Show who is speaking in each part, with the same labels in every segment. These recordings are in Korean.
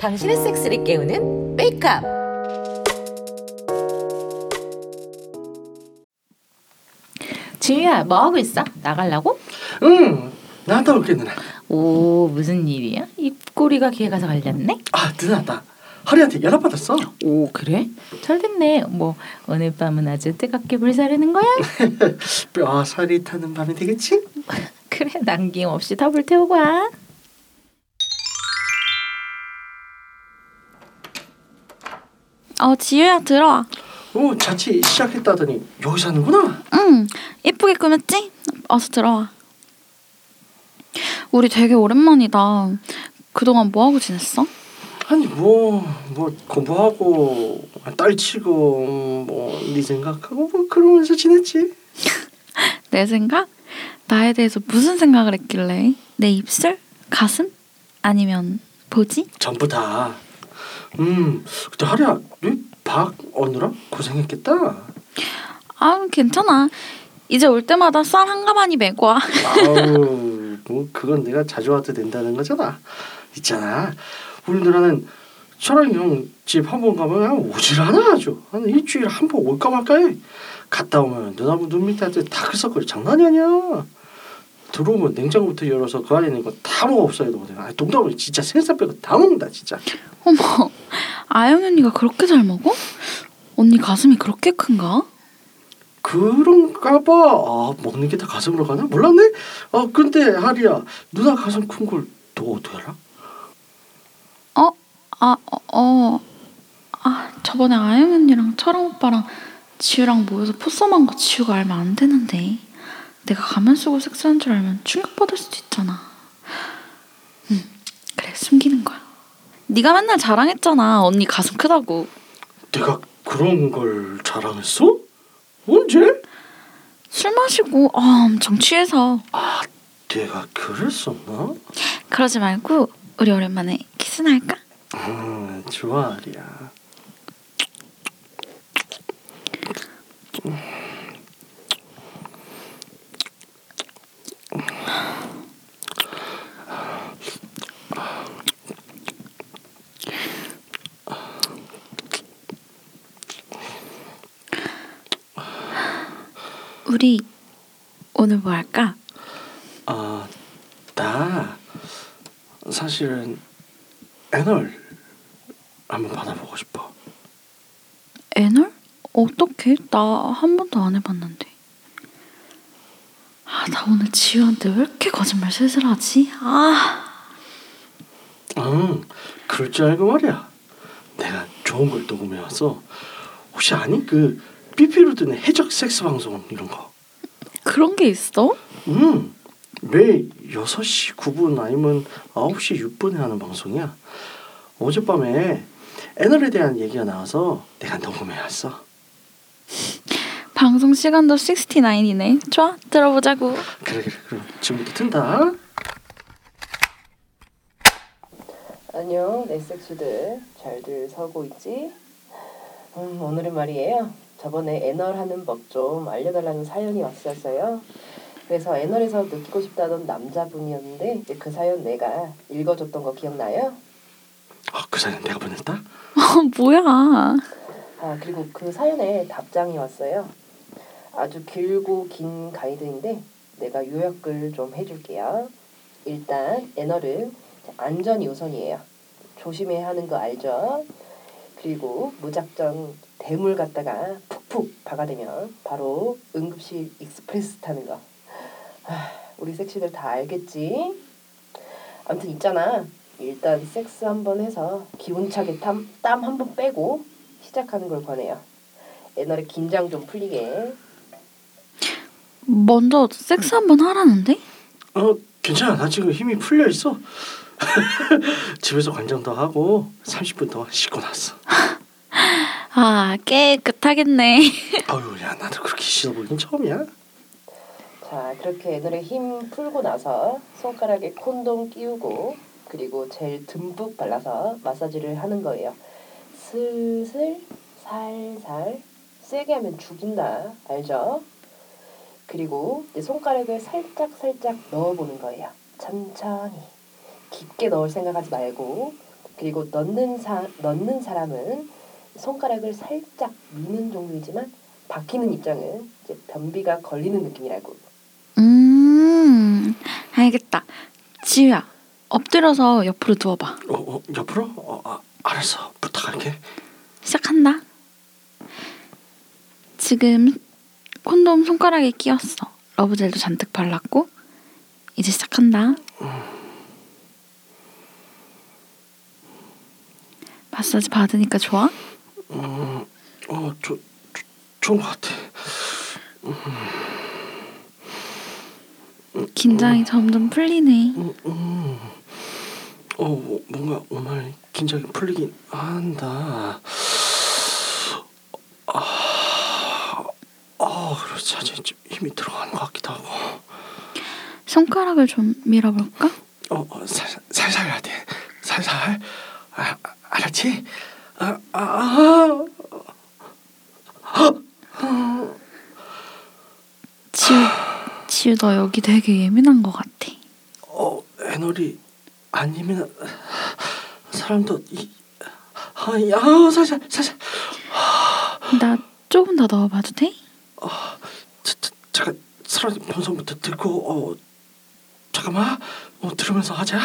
Speaker 1: 당신의 섹스를 깨우는 메이크업.
Speaker 2: 지유야 뭐 하고 있어? 나갈라고?
Speaker 3: 응. 나한테 올게 누나.
Speaker 2: 오 무슨 일이야? 입꼬리가 귀에 가서 갈렸네?
Speaker 3: 아 누나 나 하리한테 연락 받았어.
Speaker 2: 오 그래? 잘 됐네. 뭐 오늘 밤은 아주 뜨겁게 불사르는 거야?
Speaker 3: 뼈살이 아, 타는 밤이 되겠지?
Speaker 2: 그래 남김없이 탑을 태우고 와.
Speaker 4: 어, 지유야, 들어와.
Speaker 3: 오 자취 시작했다더니 여기 사는구나.
Speaker 4: 응, 이쁘게 꾸몄지? 어서 들어와. 우리 되게 오랜만이다. 그동안 뭐하고 지냈어?
Speaker 3: 아니 뭐 뭐 공부하고 딸 치고 뭐 네 생각하고 뭐 그러면서 지냈지.
Speaker 4: 내 생각? 나에 대해서 무슨 생각을 했길래? 내 입술? 가슴? 아니면 보지?
Speaker 3: 전부 다. 음 근데 하리야 너박 어느라 고생했겠다.
Speaker 4: 아, 괜찮아. 이제 올 때마다 쌀 한 가마니 메고 와.
Speaker 3: 아우, 뭐 그건 내가 자주 와도 된다는 거잖아. 있잖아. 우리 누나는 철학이 형집 한 번 가면 그냥 오질 않아 아주. 한 일주일에 한 번 올까 말까 해. 갔다 오면 누나분 눈 밑에 다 글썽거려 장난이 아니야. 들어오면 냉장고부터 열어서 그 안에 있는 거 다 먹어 없어야 되거든. 아, 농담을 진짜 생선 빼고 다 먹는다 진짜.
Speaker 4: 어머, 아영 언니가 그렇게 잘 먹어? 언니 가슴이 그렇게 큰가?
Speaker 3: 그런가 봐. 아, 먹는 게 다 가슴으로 가나? 몰랐네. 아, 근데 하리야 누나 가슴 큰 걸 너 어떻게 알아?
Speaker 4: 어? 아, 어, 어. 아, 저번에 아영 언니랑 철영 오빠랑 지우랑 모여서 포섬한 거 지우가 알면 안 되는데. 내가 가면 쓰고 섹스한 줄 알면 충격받을 수도 있잖아. 음, 그래, 숨기는 거야. 네가 맨날 자랑했잖아. 언니 가슴 크다고.
Speaker 3: 내가 그런 걸 자랑했어? 언제?
Speaker 4: 술 마시고 아, 엄청 취해서.
Speaker 3: 내가 그랬었나?
Speaker 4: 그러지 말고 우리 오랜만에 키스나 할까?
Speaker 3: 음, 좋아, 아리야.
Speaker 4: 우리 오늘 뭐 할까?
Speaker 3: 아, 나 사실은 애널 한번 받아보고 싶어.
Speaker 4: 애널? 어떻게? 나 한 번도 안 해봤는데. 아, 나 오늘 지우한테 왜 이렇게 거짓말 슬슬 하지? 아,
Speaker 3: 응, 그럴 줄 알고 말이야. 내가 좋은 걸 녹음해 왔어. 혹시 아니? 그 삐삐로 듣는 해적 섹스 방송 이런 거.
Speaker 4: 그런 게 있어?
Speaker 3: 음, 매일 6시 9분 아니면 9시 6분에 하는 방송이야. 어젯밤에 애널에 대한 얘기가 나와서 내가 녹음해왔어.
Speaker 4: 방송 시간도 69이네. 좋아, 들어보자고.
Speaker 3: 그래 그래 그럼 지금부터 튼다.
Speaker 1: 안녕, 내 섹슈들. 잘들 서고 있지? 음, 오늘은 말이에요. 저번에 애널 하는 법 좀 알려달라는 사연이 왔었어요. 그래서 애널에서 느끼고 싶다던 남자분이었는데 이제 그 사연 내가 읽어줬던 거 기억나요?
Speaker 3: 아, 그 사연 내가 보냈다.
Speaker 4: 아, 뭐야.
Speaker 1: 아, 그리고 그 사연에 답장이 왔어요. 아주 길고 긴 가이드인데 내가 요약을 좀 해줄게요. 일단 에너는 안전이 우선이에요. 조심해야 하는 거 알죠? 그리고 무작정 대물 갔다가 푹푹 박아대면 바로 응급실 익스프레스 타는 거. 아, 우리 섹시들 다 알겠지? 아무튼 있잖아. 일단 섹스 한번 해서 기운차게 땀 한 번 빼고 시작하는 걸 권해요. 옛날에 긴장 좀 풀리게.
Speaker 4: 먼저 섹스 한번 하라는데?
Speaker 3: 어, 괜찮아. 나 지금 힘이 풀려 있어. 집에서 관장 더 하고 30분 더 씻고 났어.
Speaker 4: 아, 깨끗하겠네.
Speaker 3: 아유, 야 나도 그렇게 씻어 보긴 처음이야.
Speaker 1: 자, 그렇게 애들의 힘 풀고 나서 손가락에 콘돔 끼우고 그리고 젤 듬뿍 발라서 마사지를 하는 거예요. 슬슬 살살 세게 하면 죽인다. 알죠? 그리고 내 손가락을 살짝 살짝 넣어보는 거예요. 천천히 깊게 넣을 생각하지 말고 그리고 넣는 사 넣는 사람은 손가락을 살짝 미는 종류이지만 박히는 입장은 이제 변비가 걸리는 느낌이라고.
Speaker 4: 음, 알겠다. 지우야, 엎드려서 옆으로 누워봐.
Speaker 3: 어, 어 옆으로? 어, 아, 알았어. 부탁할게.
Speaker 4: 시작한다. 지금 콘돔 손가락에 끼웠어. 러브젤도 잔뜩 발랐고 이제 시작한다. 마사지 받으니까 좋아?
Speaker 3: 음, 어, 저, 저, 좋은 것 같아.
Speaker 4: 긴장이 점점 풀리네.
Speaker 3: 음, 음. 어, 뭐, 뭔가 오늘 긴장이 풀리긴 한다. 아, 아, 그렇지. 아직 좀 힘이 들어가는 것 같기도 하고.
Speaker 4: 손가락을 좀 밀어볼까?
Speaker 3: 어, 어 살, 살살 해야 돼. 살살. 아, 아, 알았지? 아, 아, 아.
Speaker 4: 지우, 지우 너 여기 되게 예민한 것 같아.
Speaker 3: 어, 애널이 아니면 사람도 이, 아, 야, 살살, 살살.
Speaker 4: 나 조금 더 넣어봐도 돼?
Speaker 3: 자, 자, 잠깐 사람 본성부터 듣고 어 잠깐만 어 들으면서 하자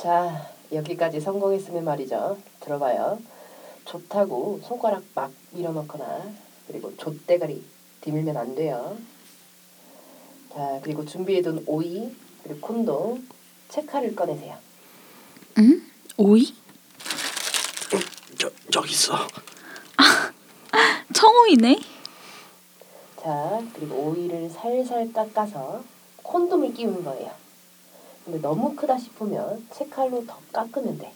Speaker 1: 자, 여기까지 성공했으면 말이죠. 들어봐요. 좋다고 손가락 막 밀어넣거나 그리고 좆대가리 디밀면 안 돼요. 자, 그리고 준비해둔 오이 그리고 콘돔 체카를 꺼내세요.
Speaker 4: 응? 오이?
Speaker 3: 여, 여기 있어
Speaker 4: 청오이네?
Speaker 1: 자, 그리고 오이를 살살 깎아서 콘돔을 끼우는 거예요. 근데 너무 크다 싶으면 채칼로 더 깎으면 돼.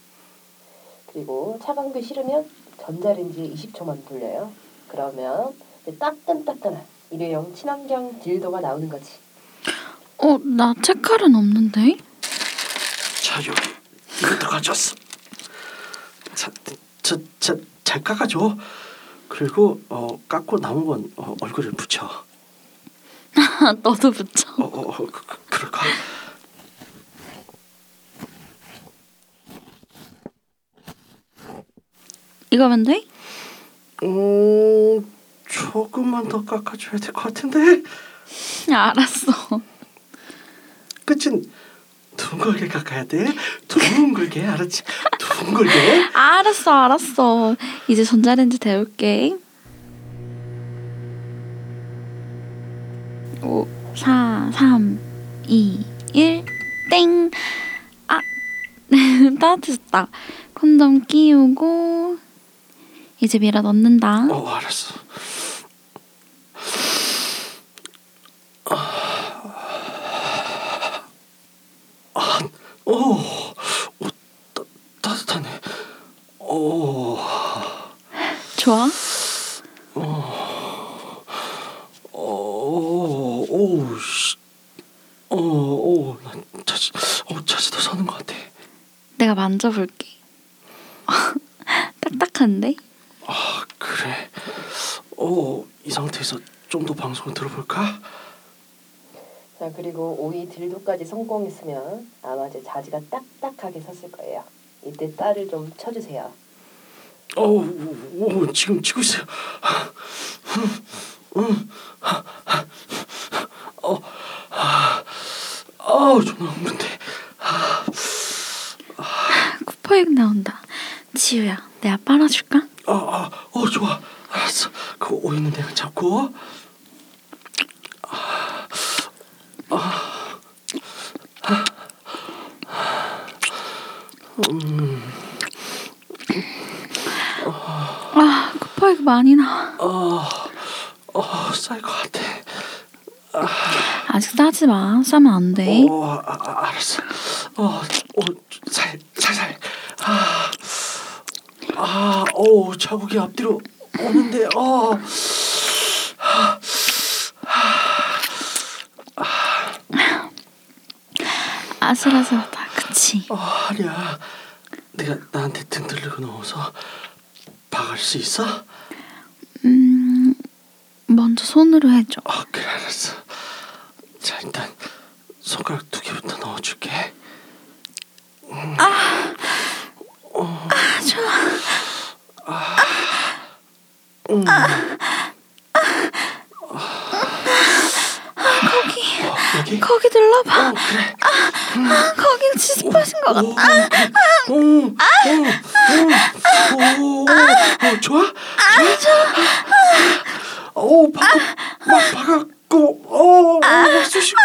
Speaker 1: 그리고 차가운 게 싫으면 전자레인지에 20초만 돌려요. 그러면 이제 따끈따끈한 일회용 친환경 딜도가 나오는 거지.
Speaker 4: 어, 나 책칼은 없는데?
Speaker 3: 자 여기 이것도 가져왔어 자저잘 깎아줘 그리고 어 깎고 남은 건 어, 얼굴에 붙여
Speaker 4: 아, 너도 붙여.
Speaker 3: 어어 어, 어, 그, 그- 그럴까
Speaker 4: 이거면 돼?
Speaker 3: 음 조금만 더 깎아줘야 될 것 같은데
Speaker 4: 야, 알았어.
Speaker 3: 끝은 둥글게 깎아야 돼 둥글게 알았지 둥글게
Speaker 4: 알았어, 알았어. 이제 전자레인지 데울게. 5, 4, 3, 2, 1, 땡! 아, 따뜻했다. 콘돔 끼우고, 이제 밀어 넣는다.
Speaker 3: 어 알았어. 아, 오, 오 어, 따, 따뜻하네. 오,
Speaker 4: 좋아?
Speaker 3: 오, 어, 오, 씨, 어, 오, 오, 난 자지, 어 자지도 서는 것 같아.
Speaker 4: 내가 만져볼게. 딱딱한데?
Speaker 3: 아 그래. 오, 이 상태에서 좀 더 방송을 들어볼까?
Speaker 1: 자, 그리고 오이 딜도까지 성공했으면 아마 이제 자지가 딱딱하게 섰을 거예요. 이때 딸을 좀 쳐주세요.
Speaker 3: 어, 오, 지금 치고 있어요. 어, 아, 아, 존나 흥분돼.
Speaker 4: 쿠퍼액 나온다. 지우야, 내가 빨아줄까?
Speaker 3: 아, 아, 어, 좋아. 알았어. 그 오이는 내가 잡고.
Speaker 4: 아, 쿠퍼액 많이 나와.
Speaker 3: 어, 어, 쌀것 같아.
Speaker 4: 아직 싸지 마. 싸면 안 돼.
Speaker 3: 어, 아, 아, 알았어. 어, 어, 살, 살살. 아, 아, 오, 자국이 앞뒤로 오는데, 어.
Speaker 4: 아슬아슬하다. 그치?
Speaker 3: 어, 하리야, 내가 나한테 등 들리고 어, 넘어서 박을 수 있어?
Speaker 4: 음, 먼저 먼저 손으로 해줘.
Speaker 3: 아 그래 알았어. 자 일단 손가락 두 개부터 넣어줄게. 음. 아, 어. 음. 아, 아 좋아. 아, 아, 아, 아, 거기
Speaker 4: 거기 눌러봐.
Speaker 3: 어, 그래.
Speaker 4: 아, 거긴 지스팟인 것 같아.
Speaker 3: 오, 오, 오, 오, 오, 오, 좋아? 좋아? 오, 바꿔, 막 박았고, 오, 오, 쑤시고,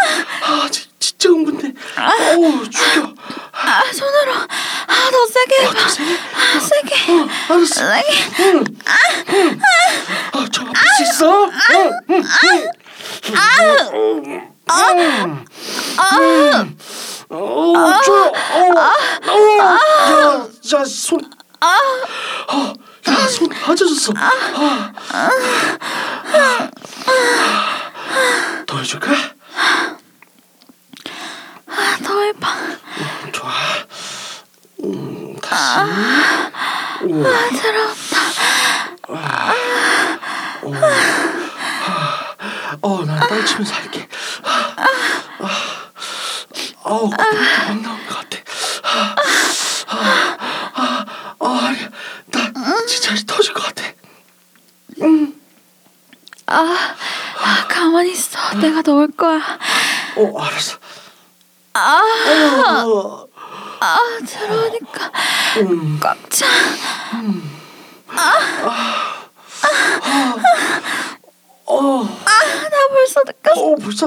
Speaker 3: 아, 지, 진짜 흥분돼. 오, 죽여.
Speaker 4: 아, 손으로. 아, 더 세게 해봐. 아, 세게.
Speaker 3: 어, 알았어.
Speaker 4: 세게.
Speaker 3: 응, 응. 아, 저 아플 수 있어? 응, 응, 응. 응. 응. 어, 좋아. 어, 어, 야, 야, 손. 어, 야, 손 빠져졌어. 아. 더 해줄까?
Speaker 4: 아, 더 해봐.
Speaker 3: 좋아. 음, 다시. 음. 우와.
Speaker 4: 아, 더럽다.
Speaker 3: 음. 아, 어, 난 떨치면서 할게. 아, 아, 아우, 그안 나온 것 같아. 아, 아, 아, 아, 아니야. 나 진짜 터질 것 같아.
Speaker 4: 아, 아, 가만히 있어. 내가 넣을 거야.
Speaker 3: 어, 알았어.
Speaker 4: 아,
Speaker 3: 어,
Speaker 4: 아, 들어오니까
Speaker 3: 음,
Speaker 4: 꽉 차.
Speaker 3: 어,
Speaker 4: 아, 나 벌써 느꼈어.
Speaker 3: 어, 벌써.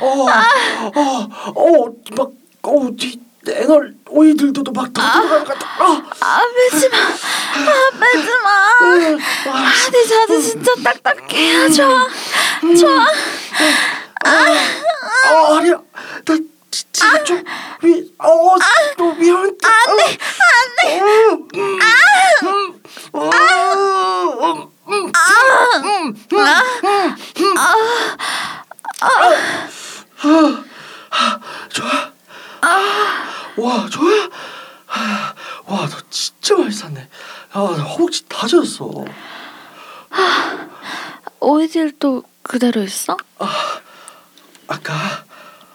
Speaker 3: 어, 어, 어, 막, 어, 뒤, 애널 오이들도 막더 들어가는 것 같아. 아,
Speaker 4: 아, 빼지 마. 아, 빼지 마.
Speaker 3: 음, 아,
Speaker 4: 아, 네 자세 진짜 딱딱해요. 좋아. 좋아.
Speaker 3: 아, 아니야. 나 지- 지금 좀 미, 어, 또 미안한데. 안
Speaker 4: 어.
Speaker 3: 돼, 안 돼. 음, 음, 음, 음, 음, 음, 음, 음, 음. 아, 아, 좋아. 와, 좋아. 아, 와, 너 진짜 많이 쌌네. 야, 나 허벅지 다 젖었어.
Speaker 4: 오이들도 그대로 있어?
Speaker 3: 아까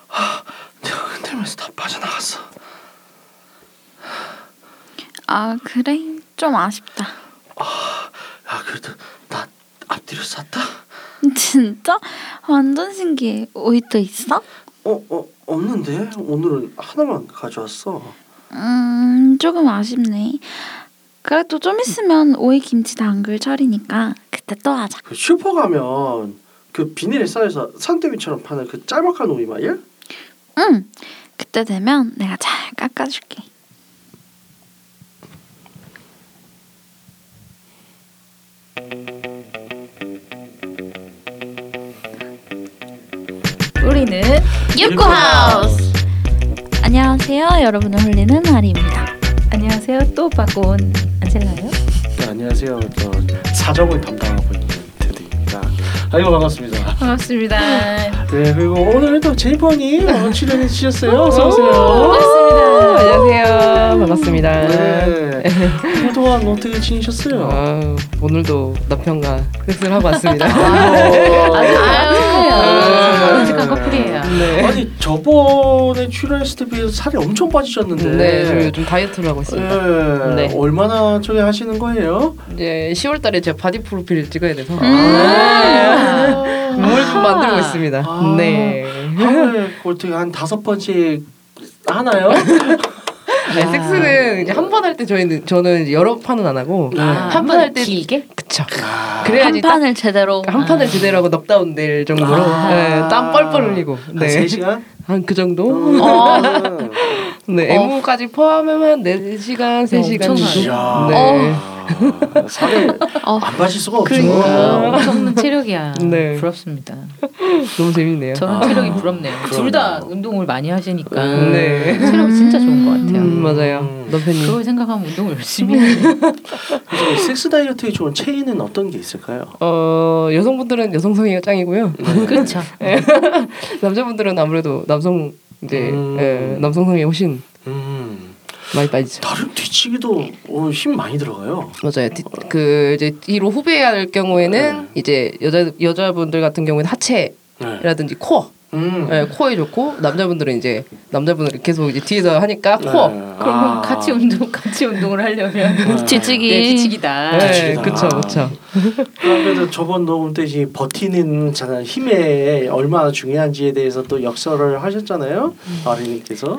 Speaker 3: 아, 내가 흔들면서 다 빠져나갔어.
Speaker 4: 아, 그래. 좀 아쉽다.
Speaker 3: 야, 그래도 나 앞뒤로 쌌다.
Speaker 4: 진짜? 완전 신기해. 오이도 있어?
Speaker 3: 어, 어, 없는데? 오늘은 하나만 가져왔어.
Speaker 4: 음, 조금 아쉽네. 그래도 좀 있으면 오이 김치 담글 철이니까 그때 또 하자.
Speaker 3: 그 슈퍼 가면 그 비닐에 싸여서 산더미처럼 파는 그 짤막한 오이 말이야?
Speaker 4: 응. 그때 되면 내가 잘 깎아줄게.
Speaker 2: 우리는
Speaker 4: 유쿠하우스. 안녕하세요. 여러분을 홀리는 아리입니다.
Speaker 2: 안녕하세요. 또 바꿔온 안젤라예요.
Speaker 3: 네, 안녕하세요. 저 사정을 담당하고 있는 테드입니다. 아이고 반갑습니다.
Speaker 2: 반갑습니다.
Speaker 3: 네 그리고 오늘 또 제이퍼님 어, 출연해 주셨어요. 어서
Speaker 2: 반갑습니다.
Speaker 5: 안녕하세요. 아, 반갑습니다.
Speaker 3: 네. 그동안 어떻게 지내셨어요?
Speaker 5: 아, 오늘도 남편과 끝을 하고 왔습니다.
Speaker 2: 아주
Speaker 3: 아.
Speaker 2: 아유, 정직한 커플이에요.
Speaker 5: 네.
Speaker 3: 아니 저번에 출연했을 때 비해서 살이 엄청 빠지셨는데.
Speaker 5: 네, 저 요즘 다이어트를 하고 있습니다.
Speaker 3: 예,
Speaker 5: 네.
Speaker 3: 얼마나 저기 하시는 거예요?
Speaker 5: 이제 10월달에 제 바디 프로필을 찍어야 돼서
Speaker 2: 아.
Speaker 1: 네.
Speaker 5: 몸을 좀 만들고 있습니다.
Speaker 3: 음. 아.
Speaker 5: 네.
Speaker 3: 하루에 예, 어떻게 한 다섯 번씩 하나요?
Speaker 5: 아니, 섹스는 이제 한 번 할 때 저희는 저는 여러 판은 안 하고
Speaker 3: 네.
Speaker 5: 한 번 할 때
Speaker 2: 길게?
Speaker 1: 그쵸.
Speaker 3: 아,
Speaker 4: 한
Speaker 1: 그래야지
Speaker 4: 판을 제대로
Speaker 1: 한 판을 제대로 하고 넉다운 될 정도로
Speaker 3: 아.
Speaker 1: 네, 땀 뻘뻘 흘리고
Speaker 3: 한
Speaker 1: 네.
Speaker 3: 3시간?
Speaker 1: 한
Speaker 3: 어.
Speaker 1: 그 정도? 네,
Speaker 4: 어.
Speaker 1: 애무까지 포함하면 4시간, 3시간
Speaker 2: 엄청
Speaker 1: 정도?
Speaker 3: 이야.
Speaker 1: 네.
Speaker 3: 아, 살을
Speaker 4: 어.
Speaker 3: 안 빠질 수가 없죠.
Speaker 1: 그러니까.
Speaker 2: 엄청난 체력이야.
Speaker 1: 네.
Speaker 2: 부럽습니다.
Speaker 1: 너무 재밌네요.
Speaker 2: 저는
Speaker 3: 아,
Speaker 2: 체력이 부럽네요. 둘 다
Speaker 3: 그러네요.
Speaker 2: 운동을 많이 하시니까
Speaker 3: 음.
Speaker 1: 네.
Speaker 2: 체력이 진짜 좋은 것 같아요.
Speaker 1: 음, 맞아요.
Speaker 3: 음.
Speaker 1: 너팬님.
Speaker 2: 그걸 생각하면 운동을 열심히 해요.
Speaker 3: 그래서 섹스 다이어트에 좋은 체인은 어떤 게 있을까요?
Speaker 1: 어, 여성분들은 여성성이가 짱이고요.
Speaker 2: 그렇죠.
Speaker 1: 남자분들은 아무래도 남성 이제
Speaker 3: 음.
Speaker 1: 예, 남성성이 훨씬
Speaker 3: 음.
Speaker 1: 많이 빠지죠.
Speaker 3: 다른 뒤치기도 어, 힘 많이 들어가요.
Speaker 1: 맞아요. 뒤- 그 이제 뒤로 후배해야 할 경우에는
Speaker 3: 네.
Speaker 1: 이제 여자 여자분들 같은 경우에는 하체라든지
Speaker 3: 네.
Speaker 1: 코어,
Speaker 3: 음.
Speaker 1: 예, 코어에 좋고 남자분들은 이제 남자분들은 계속 이제 뒤에서 하니까 코어.
Speaker 3: 네.
Speaker 2: 그러면
Speaker 3: 아.
Speaker 2: 같이 운동 같이 운동을 하려면
Speaker 4: 뒤치기.
Speaker 2: 네, 뒤치기다.
Speaker 3: 네.
Speaker 1: 예,
Speaker 3: 뒤치기다.
Speaker 1: 그쵸, 그쵸.
Speaker 3: 그래도 저번 녹음 때 이제 버티는 자- 힘에 얼마나 중요한지에 대해서 또 역설을 하셨잖아요, 아린님께서.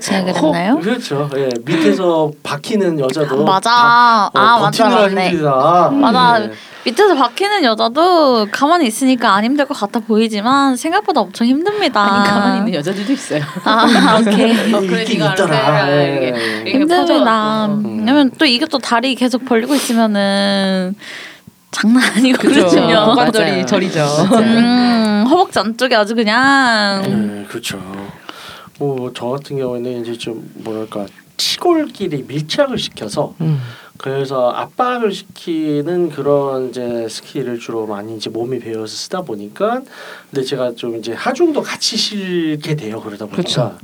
Speaker 4: 제가 그랬나요?
Speaker 3: 그렇죠. 예, 밑에서 박히는 여자도
Speaker 4: 맞아.
Speaker 3: 다, 어,
Speaker 4: 아 맞아
Speaker 3: 버티느라
Speaker 4: 맞네.
Speaker 3: 힘들다.
Speaker 4: 맞아.
Speaker 2: 음, 네.
Speaker 3: 예.
Speaker 4: 밑에서 박히는 여자도 가만히 있으니까 안 힘들 것 같아 보이지만 생각보다 엄청 힘듭니다.
Speaker 2: 아니 가만히 있는 여자들도 있어요.
Speaker 4: 아 오케이.
Speaker 2: 어, 그래,
Speaker 3: 있긴
Speaker 2: 네가 알아서
Speaker 3: 있더라.
Speaker 2: 해라,
Speaker 3: 예,
Speaker 2: 이렇게.
Speaker 3: 예, 예.
Speaker 2: 이게
Speaker 4: 힘듭니다.
Speaker 2: 퍼져갖고. 음.
Speaker 4: 왜냐면 또 이게 또 다리 계속 벌리고 있으면은 장난 아니거든요.
Speaker 2: 그렇죠. 맞아요.
Speaker 1: 어, 고관절이 저리죠.
Speaker 4: 음, 허벅지 안쪽에 아주
Speaker 2: 음.
Speaker 4: 그냥
Speaker 3: 네, 그렇죠. 뭐저 같은 경우에는 이제 좀 뭐랄까 시골끼리 밀착을 시켜서
Speaker 1: 음.
Speaker 3: 그래서 압박을 시키는 그런 이제 스킬을 주로 많이 이제 몸이 배워서 쓰다 보니까 근데 제가 좀 이제 하중도 같이 실게 돼요 그러다 보니까
Speaker 1: 그쵸.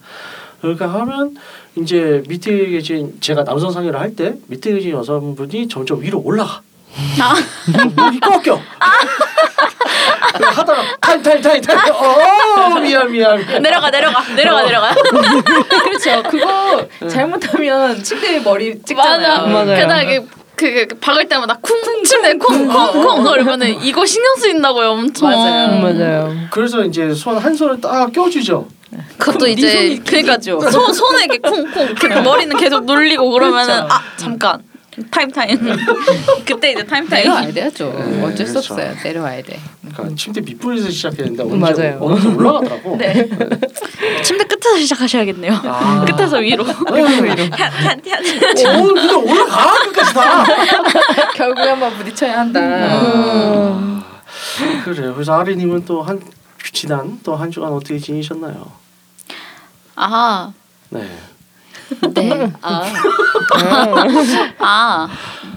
Speaker 3: 그러니까 하면 이제 밑에 계신 제가 남성 상의를 할 때 밑에 계신 여성분이 점점 위로 올라가 어,
Speaker 4: 아.
Speaker 3: 목이 꺾여 하다가 탈탈탈탈 어 미안 미안 미안
Speaker 4: 내려가 내려가 내려가 내려가.
Speaker 2: 그렇죠. 그거 잘못하면 침대에 머리
Speaker 1: 음,
Speaker 4: 어, 맞아.
Speaker 2: 찍잖아요.
Speaker 1: 맞아요.
Speaker 4: 게다가 이게 그, 그 박을 때마다 쿵 어. 침대 쿵쿵쿵 거리면은 이거 신경 쓰인다고요 엄청.
Speaker 2: 맞아요.
Speaker 1: 맞아요.
Speaker 3: 그래서 이제 손 한 손을 딱 껴주죠
Speaker 4: 그것도 이제 그러니까 손 손에 이렇게 쿵쿵 그 머리는 계속 눌리고 그러면은
Speaker 2: 그렇죠.
Speaker 4: 아 잠깐 타임 타임 그때 이제 타임
Speaker 2: 아, 내려와야
Speaker 4: 타임.
Speaker 2: 돼야죠.
Speaker 3: 네,
Speaker 2: 어쩔 수
Speaker 3: 그렇죠.
Speaker 2: 없어요. 내려와야 돼.
Speaker 3: 그러니까 침대 밑부분에서 시작했는데 어느
Speaker 1: 맞아요.
Speaker 3: 어느 정도 올라가더라고
Speaker 4: 네 침대 끝에서 시작하셔야겠네요.
Speaker 3: 아.
Speaker 4: 끝에서 위로.
Speaker 3: 어,
Speaker 4: 야, 야, 야.
Speaker 3: 근데 올라가 끝까지 다.
Speaker 2: 결국에 한번 부딪혀야 한다.
Speaker 3: 그래. 그래서 아리님은 또한 지난 또 한 주간 어떻게 지내셨나요?
Speaker 4: 아하
Speaker 3: 네.
Speaker 4: 네.
Speaker 2: 아
Speaker 4: 아.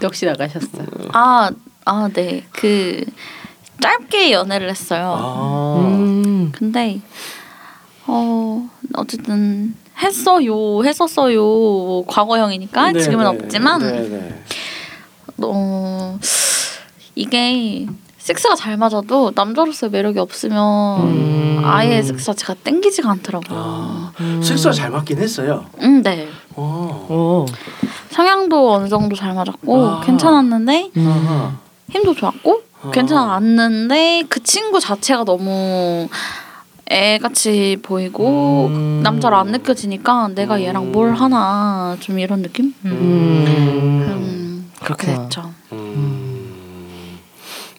Speaker 2: 역시 나가셨어.
Speaker 4: 아, 아, 네. 그 짧게 연애를 했어요.
Speaker 3: 아.
Speaker 1: 음.
Speaker 4: 근데 어 어쨌든 했어요, 했었어요. 뭐 과거형이니까
Speaker 3: 네,
Speaker 4: 지금은
Speaker 3: 네.
Speaker 4: 없지만
Speaker 3: 네, 네.
Speaker 4: 어 이게 섹스가 잘 맞아도 남자로서의 매력이 없으면
Speaker 1: 음.
Speaker 4: 아예 섹스 자체가 땡기지가 않더라고요.
Speaker 3: 아. 섹스가 잘 맞긴 했어요.
Speaker 4: 음, 네.
Speaker 3: 어.
Speaker 1: 오.
Speaker 4: 성향도 어느 정도 잘 맞았고
Speaker 3: 아.
Speaker 4: 괜찮았는데
Speaker 3: 아하.
Speaker 4: 힘도 좋았고
Speaker 3: 아.
Speaker 4: 괜찮았는데 그 친구 자체가 너무 애같이 보이고
Speaker 1: 음.
Speaker 4: 남자로 안 느껴지니까 내가
Speaker 3: 음.
Speaker 4: 얘랑 뭘 하나 좀 이런 느낌?
Speaker 3: 음.
Speaker 4: 음, 그렇게
Speaker 1: 그렇구나.
Speaker 4: 됐죠.
Speaker 3: 음.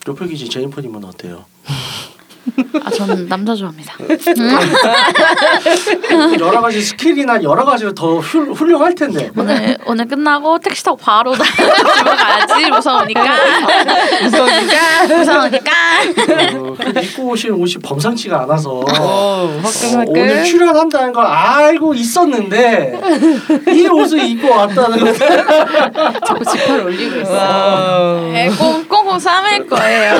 Speaker 3: 옆에 계신 제니퍼님은 어때요?
Speaker 4: 아 저는 남자 좋아합니다.
Speaker 3: 여러 가지 스킬이나 여러 가지로 더 훌, 훌륭할 텐데.
Speaker 4: 오늘 오늘 끝나고 택시 타고 바로 나 집에 가야지 무서우니까
Speaker 2: 네,
Speaker 1: 무서우니까.
Speaker 4: 무서우니까
Speaker 3: 어, 그 입고 오신 옷이 범상치가 않아서.
Speaker 1: 오,
Speaker 3: 어,
Speaker 1: 화끈화끈.
Speaker 3: 오늘 출연한다는 걸 알고 있었는데 이 옷을 입고 왔다는 거
Speaker 2: 자꾸 지팔 올리고 있어.
Speaker 1: 와우.
Speaker 4: 네, 꽁- 꽁꽁 싸맬 거예요.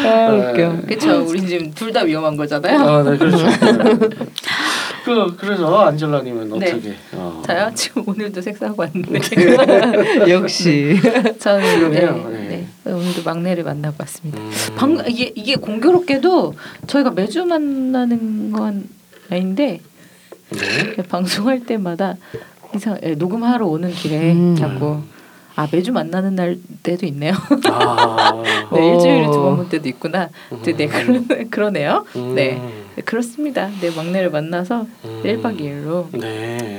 Speaker 1: 아, 웃겨.
Speaker 2: 그렇죠. 우리 지금 둘 다 위험한 거잖아요.
Speaker 3: 아, 네, 그렇죠. 네. 그 그래서 안젤라님은
Speaker 2: 네.
Speaker 3: 어떻게? 어.
Speaker 2: 저요 지금 오늘도 색사하고 왔는데
Speaker 1: 역시.
Speaker 2: 저는
Speaker 3: 그러게요.
Speaker 2: 네,
Speaker 3: 네.
Speaker 2: 네. 오늘도 막내를 만나고 왔습니다.
Speaker 3: 음.
Speaker 2: 방 이게 이게 공교롭게도 저희가 매주 만나는 건 아닌데
Speaker 3: 네.
Speaker 2: 방송할 때마다 이상 예, 녹음하러 오는 길에
Speaker 1: 음.
Speaker 2: 자꾸 아 매주 만나는 날 때도 있네요.
Speaker 3: 아.
Speaker 2: 네,
Speaker 1: 오.
Speaker 2: 일주일에 두 번 볼 때도 있구나. 이제 네 그러, 그러네요.
Speaker 3: 음.
Speaker 2: 네. 네, 그렇습니다. 네 막내를 만나서
Speaker 3: 음.
Speaker 2: 1박 2일로
Speaker 3: 네.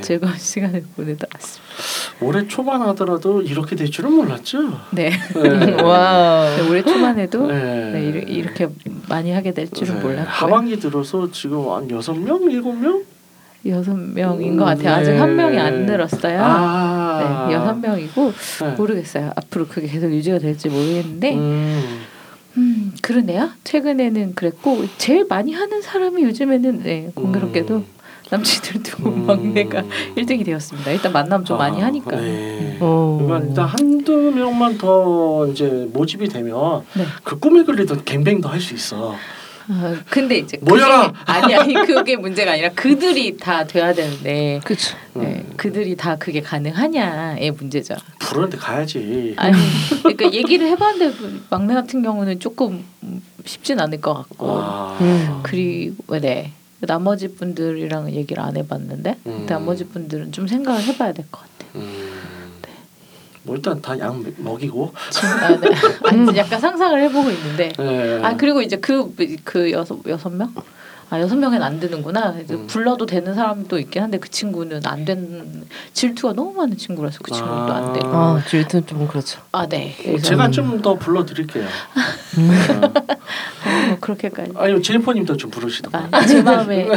Speaker 2: 즐거운 시간을 보내다 왔습니다.
Speaker 3: 올해 초반 하더라도 이렇게 될 줄은 몰랐죠.
Speaker 2: 네.
Speaker 3: 네.
Speaker 1: 와.
Speaker 2: 네, 올해 초반에도 네.
Speaker 3: 네.
Speaker 2: 이르- 이렇게 많이 하게 될 줄은
Speaker 3: 네.
Speaker 2: 몰랐고요.
Speaker 3: 하반기 들어서 지금 한 여섯 명, 일곱 명?
Speaker 2: 여섯 명인 것
Speaker 3: 음,
Speaker 2: 같아요. 아직
Speaker 3: 네.
Speaker 2: 한 명이 안 늘었어요.
Speaker 3: 아,
Speaker 2: 네, 여섯 명이고
Speaker 3: 네.
Speaker 2: 모르겠어요. 앞으로 그게 계속 유지가 될지 모르겠는데, 음,
Speaker 3: 음.
Speaker 2: 그러네요. 최근에는 그랬고 제일 많이 하는 사람이 요즘에는 네, 공교롭게도
Speaker 3: 음.
Speaker 2: 남친들 두고
Speaker 3: 음.
Speaker 2: 막내가 1등이 되었습니다. 일단 만남 좀 많이
Speaker 3: 아,
Speaker 2: 하니까.
Speaker 3: 네.
Speaker 1: 어.
Speaker 3: 그러니까 일단 한두 명만 더 이제 모집이 되면
Speaker 2: 네.
Speaker 3: 그 꿈을 그리던 갱뱅도 할 수 있어.
Speaker 2: 아, 근데 이제
Speaker 3: 모여라!
Speaker 2: 그게, 아니 아니 그게 문제가 아니라 그들이 다 돼야 되는데
Speaker 1: 그쵸.
Speaker 2: 네,
Speaker 3: 음.
Speaker 2: 그들이 다 그게 가능하냐의 문제죠.
Speaker 3: 부르는데 가야지.
Speaker 2: 아니 그러니까 얘기를 해봤는데 그 막내 같은 경우는 조금 음, 쉽진 않을 것 같고
Speaker 3: 와.
Speaker 1: 음.
Speaker 2: 그리고 네 나머지 분들이랑 얘기를 안 해봤는데
Speaker 3: 음.
Speaker 2: 나머지 분들은 좀 생각을 해봐야 될 것 같아요.
Speaker 3: 음.
Speaker 2: 네.
Speaker 3: 뭐 일단 다 약 먹이고.
Speaker 2: 지금 아, 네. 아니, 약간 상상을 해보고 있는데
Speaker 3: 네.
Speaker 2: 아 그리고 이제 그 그 여섯 여섯 명? 아 여섯 명엔 안 되는구나. 이제
Speaker 3: 음.
Speaker 2: 불러도 되는 사람도 있긴 한데 그 친구는 안 된 질투가 너무 많은 친구라서 그 친구는 또 안 돼.
Speaker 3: 아.
Speaker 1: 아 질투는 좀 그렇죠.
Speaker 2: 아 네.
Speaker 3: 어,
Speaker 2: 그래서
Speaker 3: 제가 좀 더 불러드릴게요. 어.
Speaker 2: 뭐 그렇게까지.
Speaker 3: 아니요 제이퍼님도 좀 부르시던가.
Speaker 2: 아, 제 마음에 예.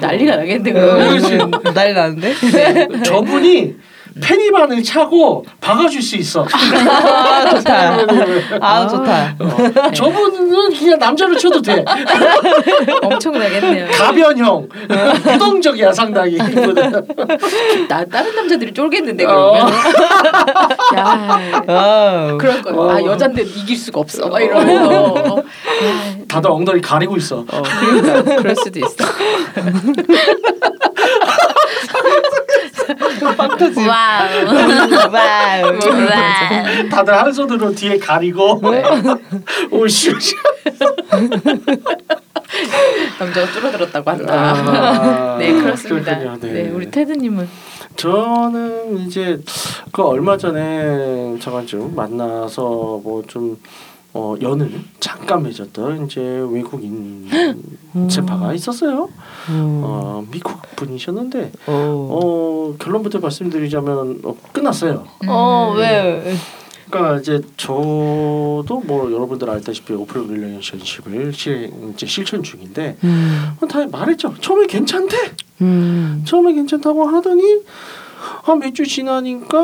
Speaker 2: 난리가 나겠는데 그러면
Speaker 1: 음, 난리 나는데. 네.
Speaker 3: 네. 저분이 페니반을 차고 박아줄 수 있어.
Speaker 1: 아 좋다. 아 좋다.
Speaker 2: 네.
Speaker 3: 어, 저분은 그냥 남자로 쳐도 돼.
Speaker 2: 엄청 나겠네요.
Speaker 3: 가변형,
Speaker 2: 네.
Speaker 3: 유동적이야 상당히.
Speaker 2: 나 다른 남자들이 쫄겠는데
Speaker 3: 어.
Speaker 2: 그러면 야
Speaker 1: 아
Speaker 2: 그럴 거예요.
Speaker 3: 어.
Speaker 2: 아 여잔데 이길 수가 없어. 막 이러면서 어. 아,
Speaker 3: 다들 엉덩이 가리고 있어.
Speaker 2: 어, 그러니까 그럴 수도 있어.
Speaker 1: 빵터지.
Speaker 2: 와우.
Speaker 1: 음, 와우. 음,
Speaker 3: 다들 한 손으로 뒤에 가리고.
Speaker 2: 네.
Speaker 3: 오씨.
Speaker 2: 남자가 줄어들었다고 한다.
Speaker 3: 아,
Speaker 2: 네, 그렇습니다.
Speaker 3: 그렇군요.
Speaker 2: 네. 우리 테드님은
Speaker 3: 저는 이제 그 얼마 전에 잠깐쯤 만나서 뭐 좀 어, 연을 잠깐 맺었던 이제 외국인 재파가 있었어요.
Speaker 1: 음.
Speaker 3: 어, 미국 분이셨는데 어, 결론부터 말씀드리자면 어, 끝났어요.
Speaker 1: 어
Speaker 3: 네.
Speaker 1: 왜?
Speaker 3: 그러니까 이제 저도 뭐 여러분들 알다시피 오픈 릴레이션십을 실행 이제 실천 중인데
Speaker 1: 음.
Speaker 3: 어, 다 말했죠. 처음에 괜찮대.
Speaker 1: 음.
Speaker 3: 처음에 괜찮다고 하더니 한 몇 주 지나니까